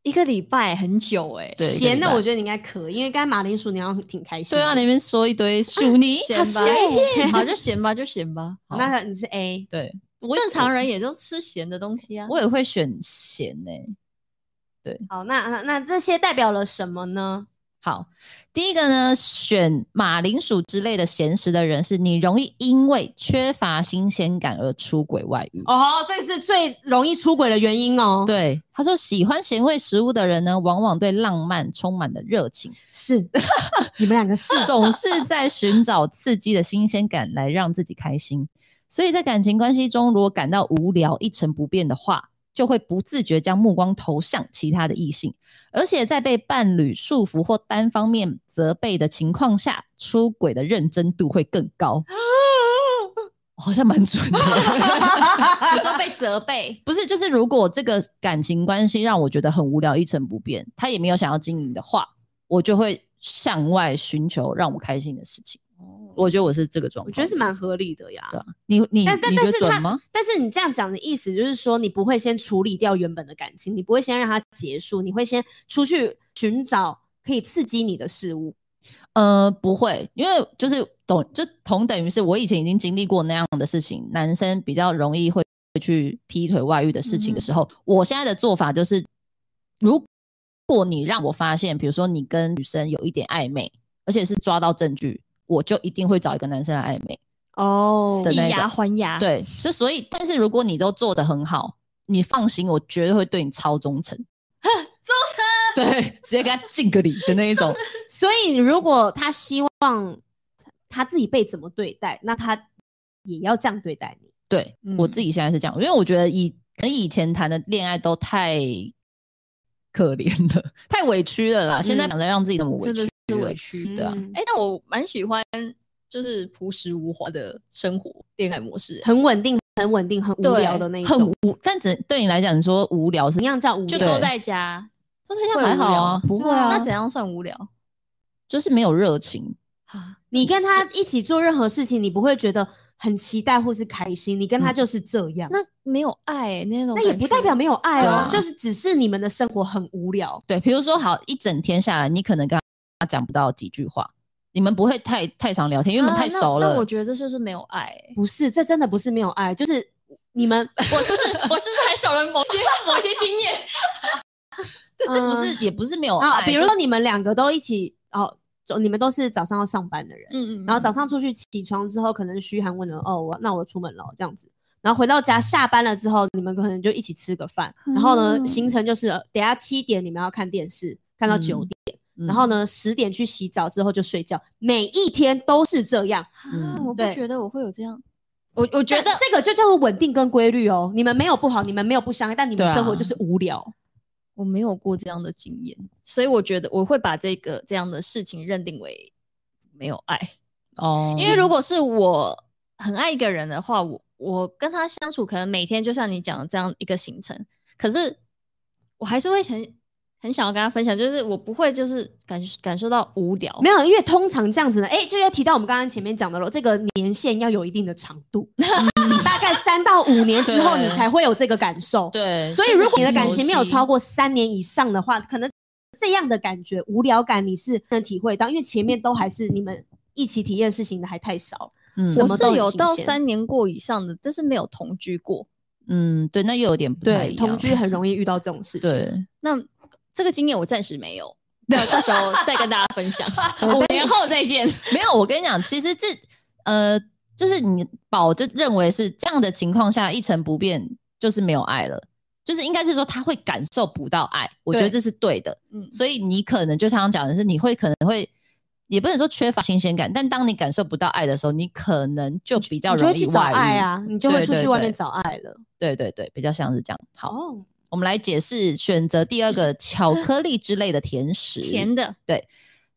S3: 一个礼拜很久哎。
S2: 对一个
S1: 咸
S2: 礼
S1: 的
S2: 拜
S1: 我觉得你应该可以，因为刚才马铃薯你要挺开心
S2: 对
S1: 的。
S2: 啊，那边说一堆薯泥，
S3: 咸
S2: 啊好
S3: 吧
S2: 咸，
S3: 好就咸吧，就咸吧。
S2: 好
S1: 那你是 A，
S2: 对，我
S3: 正常人也就吃咸的东西啊。
S2: 我也会选咸呢、
S1: 好，那那这些代表了什么呢？
S2: 好，第一个呢，选马铃薯之类的咸食的人，是你容易因为缺乏新鲜感而出轨外遇。
S1: 哦，这是最容易出轨的原因哦。，
S2: 对，他说喜欢咸味食物的人呢，往往对浪漫充满了热情，
S1: 是你们两个是
S2: 总是在寻找刺激的新鲜感来让自己开心。所以在感情关系中，如果感到无聊、一成不变的话，就会不自觉将目光投向其他的异性，而且在被伴侣束缚或单方面责备的情况下，出轨的认真度会更高。好像蛮准的，
S3: 有时候被责备，
S2: 不是？就是如果这个感情关系让我觉得很无聊、一成不变，他也没有想要经营的话，我就会向外寻求让我开心的事情。我觉得我是这个状
S1: 哦我
S2: 况，
S1: 觉得是蛮合理的呀。
S2: 对啊。你你
S1: 但但
S2: 你觉
S1: 但
S2: 得
S1: 是
S2: 准
S1: 他
S2: 吗？
S1: 但是你这样讲的意思就是说，你不会先处理掉原本的感情，你不会先让它结束，你会先出去寻找可以刺激你的事物。
S2: 呃，不会，因为就是懂，就同等于是我以前已经经历过那样的事情，男生比较容易会去劈腿、外遇的事情的时候，我现在的做法就是，如果你让我发现，比如说你跟女生有一点暧昧，而且是抓到证据，我就一定会找一个男生来暧昧。
S1: 哦
S2: 的
S3: 以
S2: 那一
S3: 牙
S2: 种
S3: 还牙，，
S2: 对，就所以，但是如果你都做得很好，你放心，我绝对会对你超忠诚。忠诚，对，直接给他敬个礼的那一种。
S1: 所以如果他希望他自己被怎么对待，那他也要这样对待你。
S2: 对、我
S3: 嗯
S2: 自己现在是这样，因为我觉得以可能以前谈的恋爱都太可怜了，太委屈了啦。现在
S3: 嗯
S2: 想着让自己那么委
S3: 真的
S2: 屈，
S3: 是委屈。
S2: 对啊
S1: 嗯
S3: 哎、但我蛮喜欢就是朴实无华的生活恋爱模式，
S1: 很稳定，很稳定，很无
S3: 对
S1: 聊的那一种。
S2: 很无。但只对你来讲，你说无聊是
S1: 怎，样叫无
S3: 就
S1: 聊？
S3: 都
S2: 对
S3: 在家，
S2: 说这
S3: 会
S2: 样还
S3: 无
S2: 好
S3: 聊
S2: 啊
S3: 吗，
S2: 不会
S3: 那
S2: 啊
S3: 怎，样算无聊？
S2: 就是没有热情。
S1: 你跟他一起做任何事情，你不会觉得很期待或是开心，你跟他就是这样。
S3: 那没有爱、那
S1: 嗯
S3: 种，
S1: 那也不代表没有爱
S2: 对
S1: 哦
S2: 啊，
S1: 就是只是你们的生活很无聊。
S2: 对，比如说好一整天下来，你可能跟他讲不到几句话，你们不会太太常聊天，因为你们
S3: 啊
S2: 太
S3: 那
S2: 熟了。
S3: 那我觉得这就是没有爱、欸
S1: 不是，这真的不是没有爱，就是你 们
S3: 我是不是我是不是还少了某些某些经验？
S2: 对这不
S1: 嗯
S2: 是、也不是没有
S1: 啊，
S2: 爱，
S1: 比如
S2: 就
S1: 说你们两个都一起哦，就你们都是早上要上班的人，
S3: 嗯嗯
S1: 然后早上出去起床之后，可能嘘寒问暖，哦，我那我出门了这样子。然后回到家，下班了之后，你们可能就一起吃个饭。然后呢，
S3: 嗯
S1: 行程就是呃等下七点你们要看电视，看到九
S2: 嗯
S1: 点，然后呢十点去洗澡之后就睡觉。每一天都是这样，
S3: 啊，
S2: 嗯
S3: 我不
S1: 对
S3: 觉得我会有这样，我我觉得
S1: 但这个就叫做稳定跟规律哦。你们没有不好，你们没有不相爱，但你
S2: 对
S1: 们
S2: 啊
S1: 生活就是无聊。
S3: 我没有过这样的经验，所以我觉得我会把这个这样的事情认定为没有爱，
S2: 哦，
S3: 因为如果是我很爱一个人的话，我我跟他相处可能每天就像你讲的这样一个行程，可是我还是会很很想要跟他分享，就是我不会就是感感受到无
S2: 哦
S3: 聊，
S1: 没有，因为通常这样子呢，哎、就要提到我们刚刚前面讲的了，这个年限要有一定的长 度，大概三到五年之后，
S2: 对
S1: 你才会有这个感受。
S2: 对，
S1: 所以
S2: 就是
S1: 如果你的
S2: 很
S1: 感
S2: 熟
S1: 情没有
S2: 悉
S1: 超过三年以上的话，可能这样的感觉无聊感你是能体会到，因为前面都还是你们一起体验事情的还太少。
S2: 嗯
S1: 什
S3: 我
S1: 么都
S3: 是
S1: 很
S3: 有
S1: 新
S3: 到
S1: 鲜
S3: 三年过以上的，但是没有同居过。
S2: 嗯，对，那又有点不太
S1: 对，
S2: 一
S1: 同
S2: 样
S1: 居很容易遇到这种事情。
S2: 对，
S3: 那这个经验我暂时没有，那到时候再跟大家分 享。
S1: 哦
S3: 五年后再见。
S2: 没有。我跟你讲，其实这呃，就是你宝就认为是这样的情况下一成不变，就是没有爱了。就是应该是说他会感受不到爱，我觉得
S3: 对
S2: 这是对的。
S3: 嗯，
S2: 所以你可能就像刚讲的是，你会可能会也不能说缺乏新鲜感，但当你感受不到爱的时候，你可能就比较
S1: 你就
S2: 容
S1: 会
S2: 易
S1: 去找
S2: 外遇
S1: 爱。啊，你就会
S2: 对
S1: 出
S2: 对
S1: 去外
S2: 对
S1: 面找爱了。
S2: 对对对，比较像是这样。好，
S1: 哦，
S2: 我们来解释选择第二
S1: 嗯
S2: 个巧克力之类的甜食。
S3: 甜的，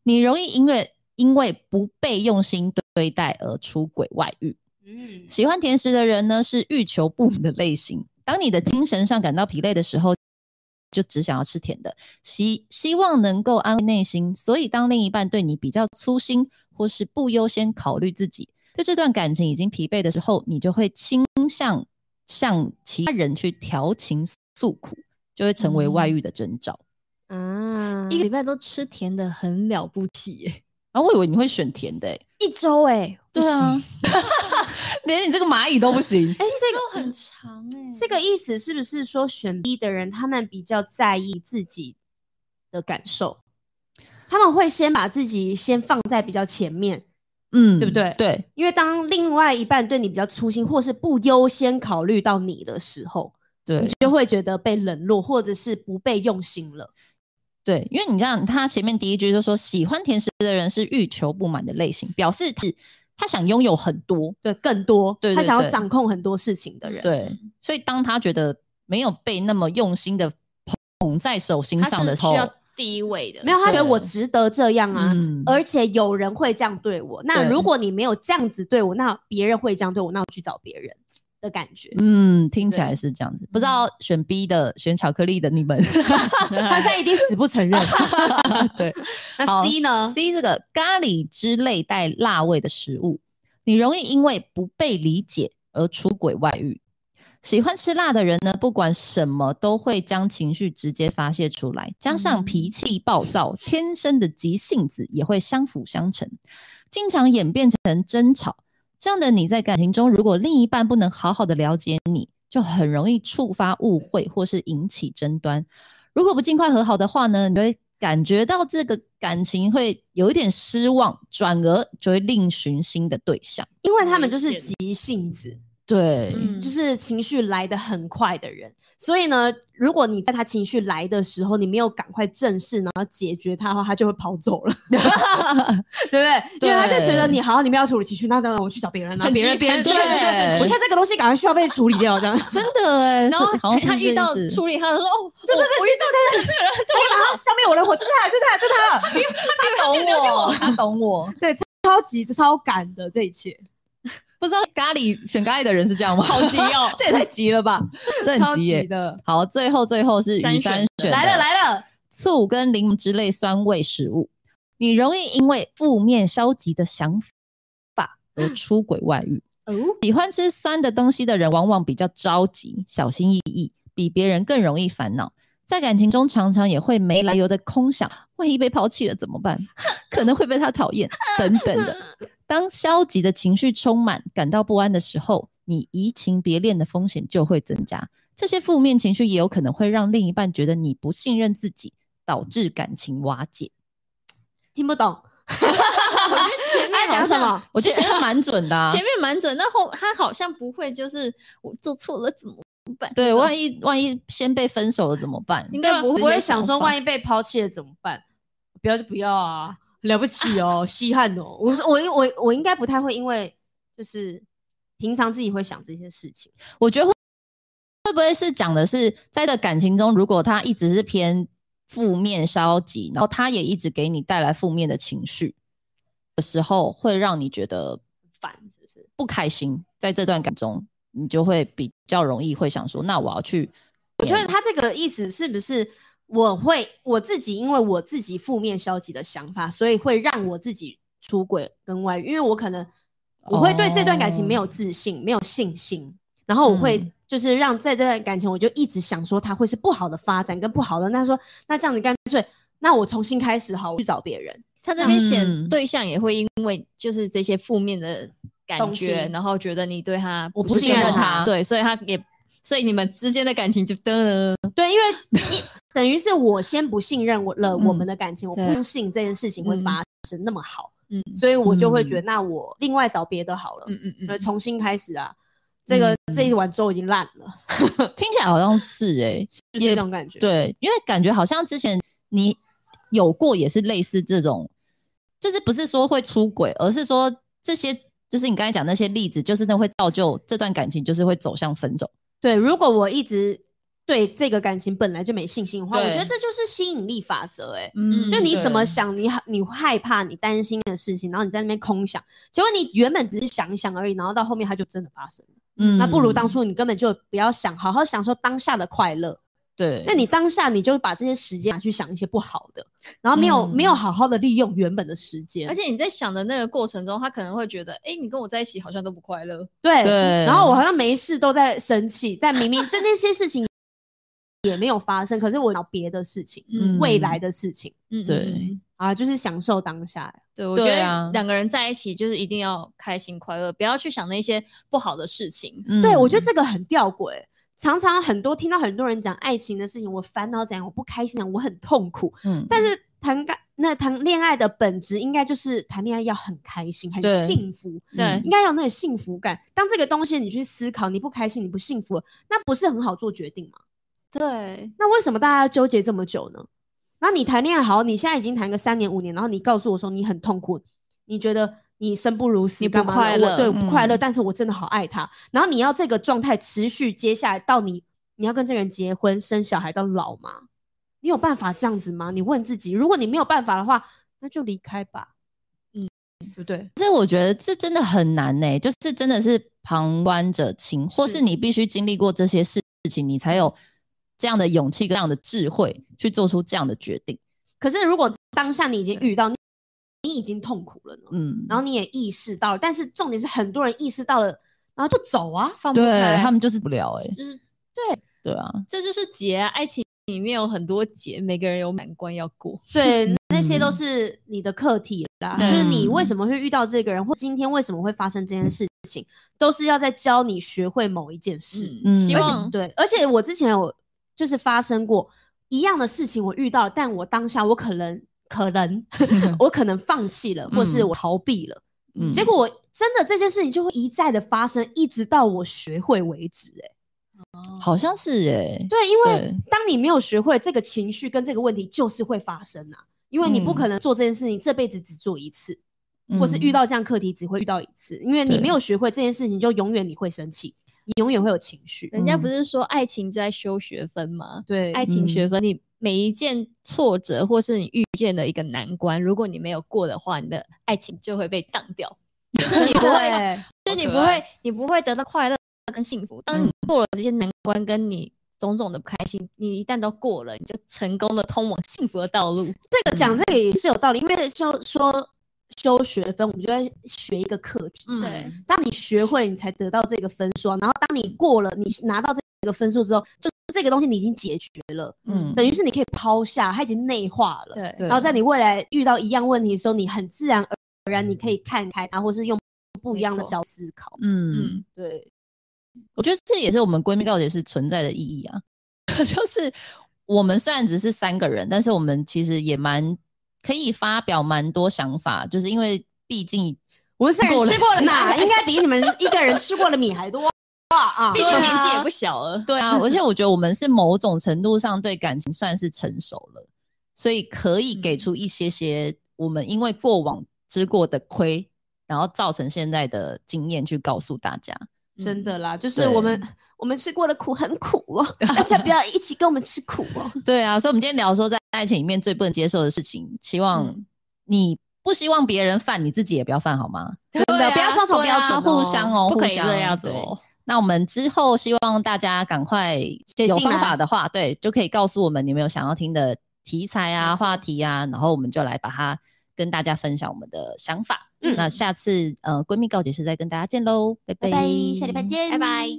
S2: 你容易因为因为不被用心对待而出轨外遇。
S1: 嗯，
S2: 喜欢甜食的人呢，是欲求不满的类型。当你的精神上感到疲累的时候，就只想要吃甜的，希希望能够安慰内心。所以，当另一半对你比较粗心，或是不优先考虑自己，对这段感情已经疲惫的时候，你就会倾向向其他人去调情诉苦，就会成为外遇的征兆。嗯
S1: 啊，
S3: 一个礼拜都吃甜的，很了不起耶！
S2: 然啊后、我以为你会选甜的、欸，
S3: 一周哎，
S2: 对啊，连你这个蚂蚁都不行。
S1: 哎、这个
S3: 很长哎
S1: 这个意思是不是说选 B 的人他们比较在意自己的感受？他们会先把自己先放在比较前面，
S2: 嗯，
S1: 对不对
S2: 对，
S1: 因为当另外一半对你比较粗心，或是不优先考虑到你的时候，
S2: 对，
S1: 就会觉得被冷落，或者是不被用心了。
S2: 对，因为你看他前面第一句就说，喜欢甜食的人是欲求不满的类型，表示他他想拥有很多，
S1: 对，更多，
S2: 对
S1: 他
S2: 对
S1: 想要
S2: 对
S1: 掌控很多事情的人，
S2: 对，所以当他觉得没有被那么用心的捧在手心
S3: 他
S2: 上
S3: 是
S2: 的时
S3: 需
S2: 候，
S3: 要第一位的，
S1: 没有他觉得
S2: 对
S1: 我值得这样啊，
S2: 嗯，
S1: 而且有人会这样对我。那
S2: 对
S1: 如果你没有这样子对我，那别人会这样对我，那我去找别 人的感觉。
S2: 嗯，听起
S3: 对
S2: 来是这样子。不知道选 B 的、选巧克力的你们
S1: 他现在一定死不承认。
S2: 对
S1: 那
S2: 好
S1: C 呢？
S2: C 这个咖喱之类带辣味的食物，你容易因为不被理解而出轨外遇。喜欢吃辣的人呢，不管什么都会将情绪直接发泄出来，加上脾气暴躁，天生的急性子也会相辅相成，经常演变成争吵。这样的你在感情中，如果另一半不能好好的了解你，就很容易触发误会或是引起争端。如果不尽快和好的话呢，你就会感觉到这个感情会有一点失望，转而就会另寻新的对象。
S1: 因为他们就
S3: 危
S1: 是
S3: 险
S1: 急性子，
S2: 对
S3: 嗯
S1: 就是情绪来得很快的人。所以呢，如果你在他情绪来的时候，你没有赶快正视，然后解决他的话，他就会跑走 了，对不对？因为他就觉得
S2: 对
S1: 你好，你们要处理情绪，那等等我去找别人了，
S3: 很
S1: 别人
S3: 急
S1: 别人
S3: 很
S1: 对对
S2: 急
S1: 对，我现在这个东西赶快需要被处理掉，这样。
S2: 真的哎、
S3: 然后
S2: 是好像
S3: 他
S2: 是这
S3: 遇到
S2: 件事
S3: 处理他的时候，哦，对对对，我遇到这个这个
S2: 啊
S3: 人，
S1: 他要马上消灭我的火，就是他，就是他，就是他了，
S3: 他没有了解 我，
S2: 他懂我，
S1: 超级超赶的这一切，
S2: 不知道咖喱选咖喱的人是这样吗？好急哦，这也太急了吧， 这
S1: 超
S2: 很急耶、
S1: 级的，
S2: 好，最后最后是
S3: 三
S2: 鱼
S3: 选
S2: 三选
S1: 来了
S2: 的
S1: 来了，
S2: 醋跟柠檬之类酸味食物，你容易因为负面消极的想法而出轨外遇。
S1: 哦。
S2: 喜欢吃酸的东西的人，往往比较着急、小心翼翼，比别人更容易烦恼。在感情中，常常也会没来由的空想，万一被抛弃了怎么办？ 可能会被他讨厌等等的。当消极的情绪充满、感到不安的时候，你移情别恋的风险就会增加。这些负面情绪也有可能会让另一半觉得你不信任自己，导致感情瓦解。
S1: 听不懂。
S3: 我觉得前面
S1: 他哎讲
S3: 好像
S1: 什么？
S2: 我觉得还蛮准的、啊
S3: 前。面蛮准，但后他好像不会，就是我做错了怎么办？
S2: 对，万一万一先被分手了怎么办？
S3: 应啊该不会
S1: 不会想说，
S3: 一
S1: 万一被抛弃了怎么办？不要就不要啊，了不起 哦，稀罕哦。我说我我我应该不太会，因为就是平常自己会想这些事情。
S2: 我觉得会会不会是讲的是，在这感情中，如果他一直是偏负面消极，然后他也一直给你带来负面的情绪的时候，会让你觉得
S1: 烦是不是？
S2: 不开心，在这段感情中，你就会比较容易会想说，那我要去，
S1: 我觉得他这个意思是不是我会我自己，因为我自己负面消极的想法，所以会让我自己出轨跟外遇，因为我可能我会对这段感情没有
S3: 哦
S1: 自信，没有信心，然后我会
S2: 嗯
S1: 就是让在这段感情，我就一直想说它会是不好的发展跟不好的。那说那这样你干脆，那我重新开始好，我去找别人。
S3: 他这边写
S2: 嗯
S3: 对象也会因为就是这些负面的感
S1: 东西
S3: 觉，然后觉得你对他
S1: 我
S3: 不
S1: 不
S3: 信
S1: 信任
S2: 他
S3: 他，对，所以他也所以你们之间的感情就噔，
S1: 对，因为一等于是我先不信任我了
S2: 嗯
S1: 我们的感情，我不
S3: 对
S1: 相信这件事情会
S3: 嗯
S1: 发生那么好，
S3: 嗯
S1: 所以我就会觉得
S2: 嗯
S1: 那我另外找别的好了。
S3: 嗯嗯
S1: 呃，
S3: 嗯，
S1: 重新开始啊。这个、这一碗粥已经烂了，
S2: 听起来好像是哎、
S1: 就是这种感觉。，
S2: 对，因为感觉好像之前你有过也是类似这种，就是不是说会出轨，而是说这些就是你刚才讲那些例子，就是那会造就这段感情就是会走向分手。
S1: 对，如果我一直对这个感情本来就没信心的话，我
S2: 对
S1: 觉得这就是吸引力法则、欸。
S3: 嗯
S1: 就你怎么
S2: 对
S1: 想，你你害怕、你担心的事情，然后你在那边空想，结果你原本只是想一想而已，然后到后面它就真的发生了。
S2: 嗯
S1: 那不如当初你根本就不要想，好好享受当下的快乐。
S2: 对，
S1: 那你当下你就把这些时间拿去想一些不好的，然后没有、
S2: 嗯
S1: 没有好好的利用原本的时间，
S3: 而且你在想的那个过程中，他可能会觉得，哎、你跟我在一起好像都不快乐，
S1: 对，
S2: 对，
S1: 然后我好像没事都在生气，但明明就那些事情也没有发生，可是我想别的事情，
S2: 嗯
S1: 未来的事情
S3: 嗯，
S2: 对
S3: 嗯嗯
S1: 啊，就是享受当下。
S3: 对，我觉
S2: 对
S3: 得
S2: 啊
S3: 两个人在一起就是一定要开心快乐，不要去想那些不好的事情。
S2: 嗯
S1: 对我觉得这个很吊诡，常常很多听到很多人讲爱情的事情，我烦恼怎样，我不开心怎样，我很痛苦，
S2: 嗯
S1: 但是谈感那谈恋爱的本质应该就是谈恋爱要很开心、很
S2: 对
S1: 幸福，
S3: 对
S1: 应该有那种幸福感。当这个东西你去思考，你不开心、你不幸福，那不是很好做决定吗？
S3: 对，
S1: 那为什么大家要纠结这么久呢？然后你谈恋爱好，你现在已经谈个三年五年，然后你告诉我说你很痛苦，你觉得你生不如死，
S3: 你不
S1: 干嘛
S3: 快
S1: 我
S3: 乐
S1: 对，我不快乐，
S2: 嗯
S1: 但是我真的好爱他。然后你要这个状态持续接下来到你你要跟这个人结婚生小孩到老吗？你有办法这样子吗？你问自己，如果你没有办法的话，那就离开吧，嗯，对不对？
S2: 这我觉得这真的很难呢、就是真的是旁观者清，或
S1: 是
S2: 是你必须经历过这些事情，你才有这样的勇气、跟这样的智慧去做出这样的决定。
S1: 可是如果当下你已经遇到，你已经痛苦了呢，
S2: 嗯，
S1: 然后你也意识到了，但是重点是很多人意识到了，然后就走啊，
S3: 放不
S2: 对
S3: 开，
S2: 他们就是不了哎、
S3: 就是
S2: 对啊，
S3: 这就是结啊，爱情里面有很多结，每个人有难关要过。
S1: 对，那些都
S2: 嗯
S1: 是你的课题啦，
S3: 对
S1: 就是你为
S2: 嗯
S1: 什么会遇到这个人，或今天为什么会发生这件事情，都是要在教你学会某一件事。
S3: 嗯，
S2: 嗯
S3: 希
S2: 而且
S3: 望
S1: 对，而且我之前有就是发生过一样的事情，我遇到了，但我当下我可能可能我可能放弃了，或是
S2: 嗯
S1: 我逃避了，
S2: 啊 嗯，
S1: 结果我真的这件事情就会一再的发生，一直到我学会为止、欸。
S2: 好像是哎、
S1: 对，因为
S2: 对
S1: 当你没有学会这个情绪跟这个问题，就是会发生啊。因为你不
S2: 嗯
S1: 可能做这件事情这辈子只做一次，
S2: 嗯
S1: 或是遇到这样课题只会遇到一次，因为你
S2: 对
S1: 没有学会这件事情，就永远你会生气，你永远会有情绪。
S3: 人家
S2: 嗯
S3: 不是说爱情就在修学分吗？
S1: 对，
S2: 哎
S3: 爱情
S2: 嗯
S3: 学分，你每一件挫折或是你遇见的一个难关，如果你没有过的话，你的爱情就会被当掉， 就是你不会，
S1: 对，
S3: 就是你
S2: 好
S3: 不
S2: 可爱
S3: 会，你不会得到快乐跟幸福。当
S1: 嗯
S3: 你过了这些难关，跟你种种的不开心，你一旦都过了，你就成功的通往幸福的道路。
S1: 这个讲这个也是有道理，因为说说修学分，我们就在学一个课题。
S2: 嗯
S3: 对
S1: 当你学会了，你才得到这个分数啊，然后当你过了，你拿到这个分数之后，就这个东西你已经解决了，
S2: 嗯
S1: 等于是你可以抛下，它已经内化了。
S3: 对
S2: 对
S1: 然后在你未来遇到一样问题的时候，你很自然而然你可以看开它，或是用不一样的
S3: 没错
S1: 角度思考。
S2: 嗯，
S3: 嗯，
S1: 对，
S2: 我觉得这也是我们闺蜜告解是存在的意义啊， 就是我们虽然只是三个人，但是我们其实也蛮可以发表蛮多想法，就是因为毕竟
S1: 我们三个
S2: 过
S1: 人
S2: 了
S1: 吃过了
S2: 是
S1: 哪，应该比你们一个人吃过的米还 多啊啊！
S3: 嗯毕竟
S2: 对啊
S3: 年纪也不小了。
S2: 对啊，而且我觉得我们是某种程度上对感情算是成熟了，所以可以给
S1: 嗯
S2: 出一些些我们因为过往吃过的亏，然后造成现在的经验去告诉大家。
S1: 真的啦，就是
S2: 对
S1: 我们我们吃过的苦很苦哦，大家不要一起跟我们吃苦哦。
S2: 对啊，所以我们今天聊说在爱情里面最不能接受的事情，希望
S3: 嗯
S2: 你不希望别人犯，你自己也不要犯，好吗？
S1: 真
S3: 对
S1: 的，
S3: 啊
S1: 不要双重
S2: 对
S1: 标
S2: 啊
S1: 准哦，
S2: 互相哦，
S3: 不可
S2: 互
S3: 以
S2: 相
S3: 这样子
S2: 对
S3: 哦。
S2: 那我们之后希望大家赶快有
S1: 信
S2: 方
S1: 来
S2: 法的话，对，就可以告诉我们你们有想要听的题材啊、话题啊，然后我们就来把它跟大家分享我们的想法。
S1: 嗯
S2: 那下次呃，闺蜜告解室再跟大家见喽，拜
S1: 拜拜，下礼拜见，
S3: 拜拜。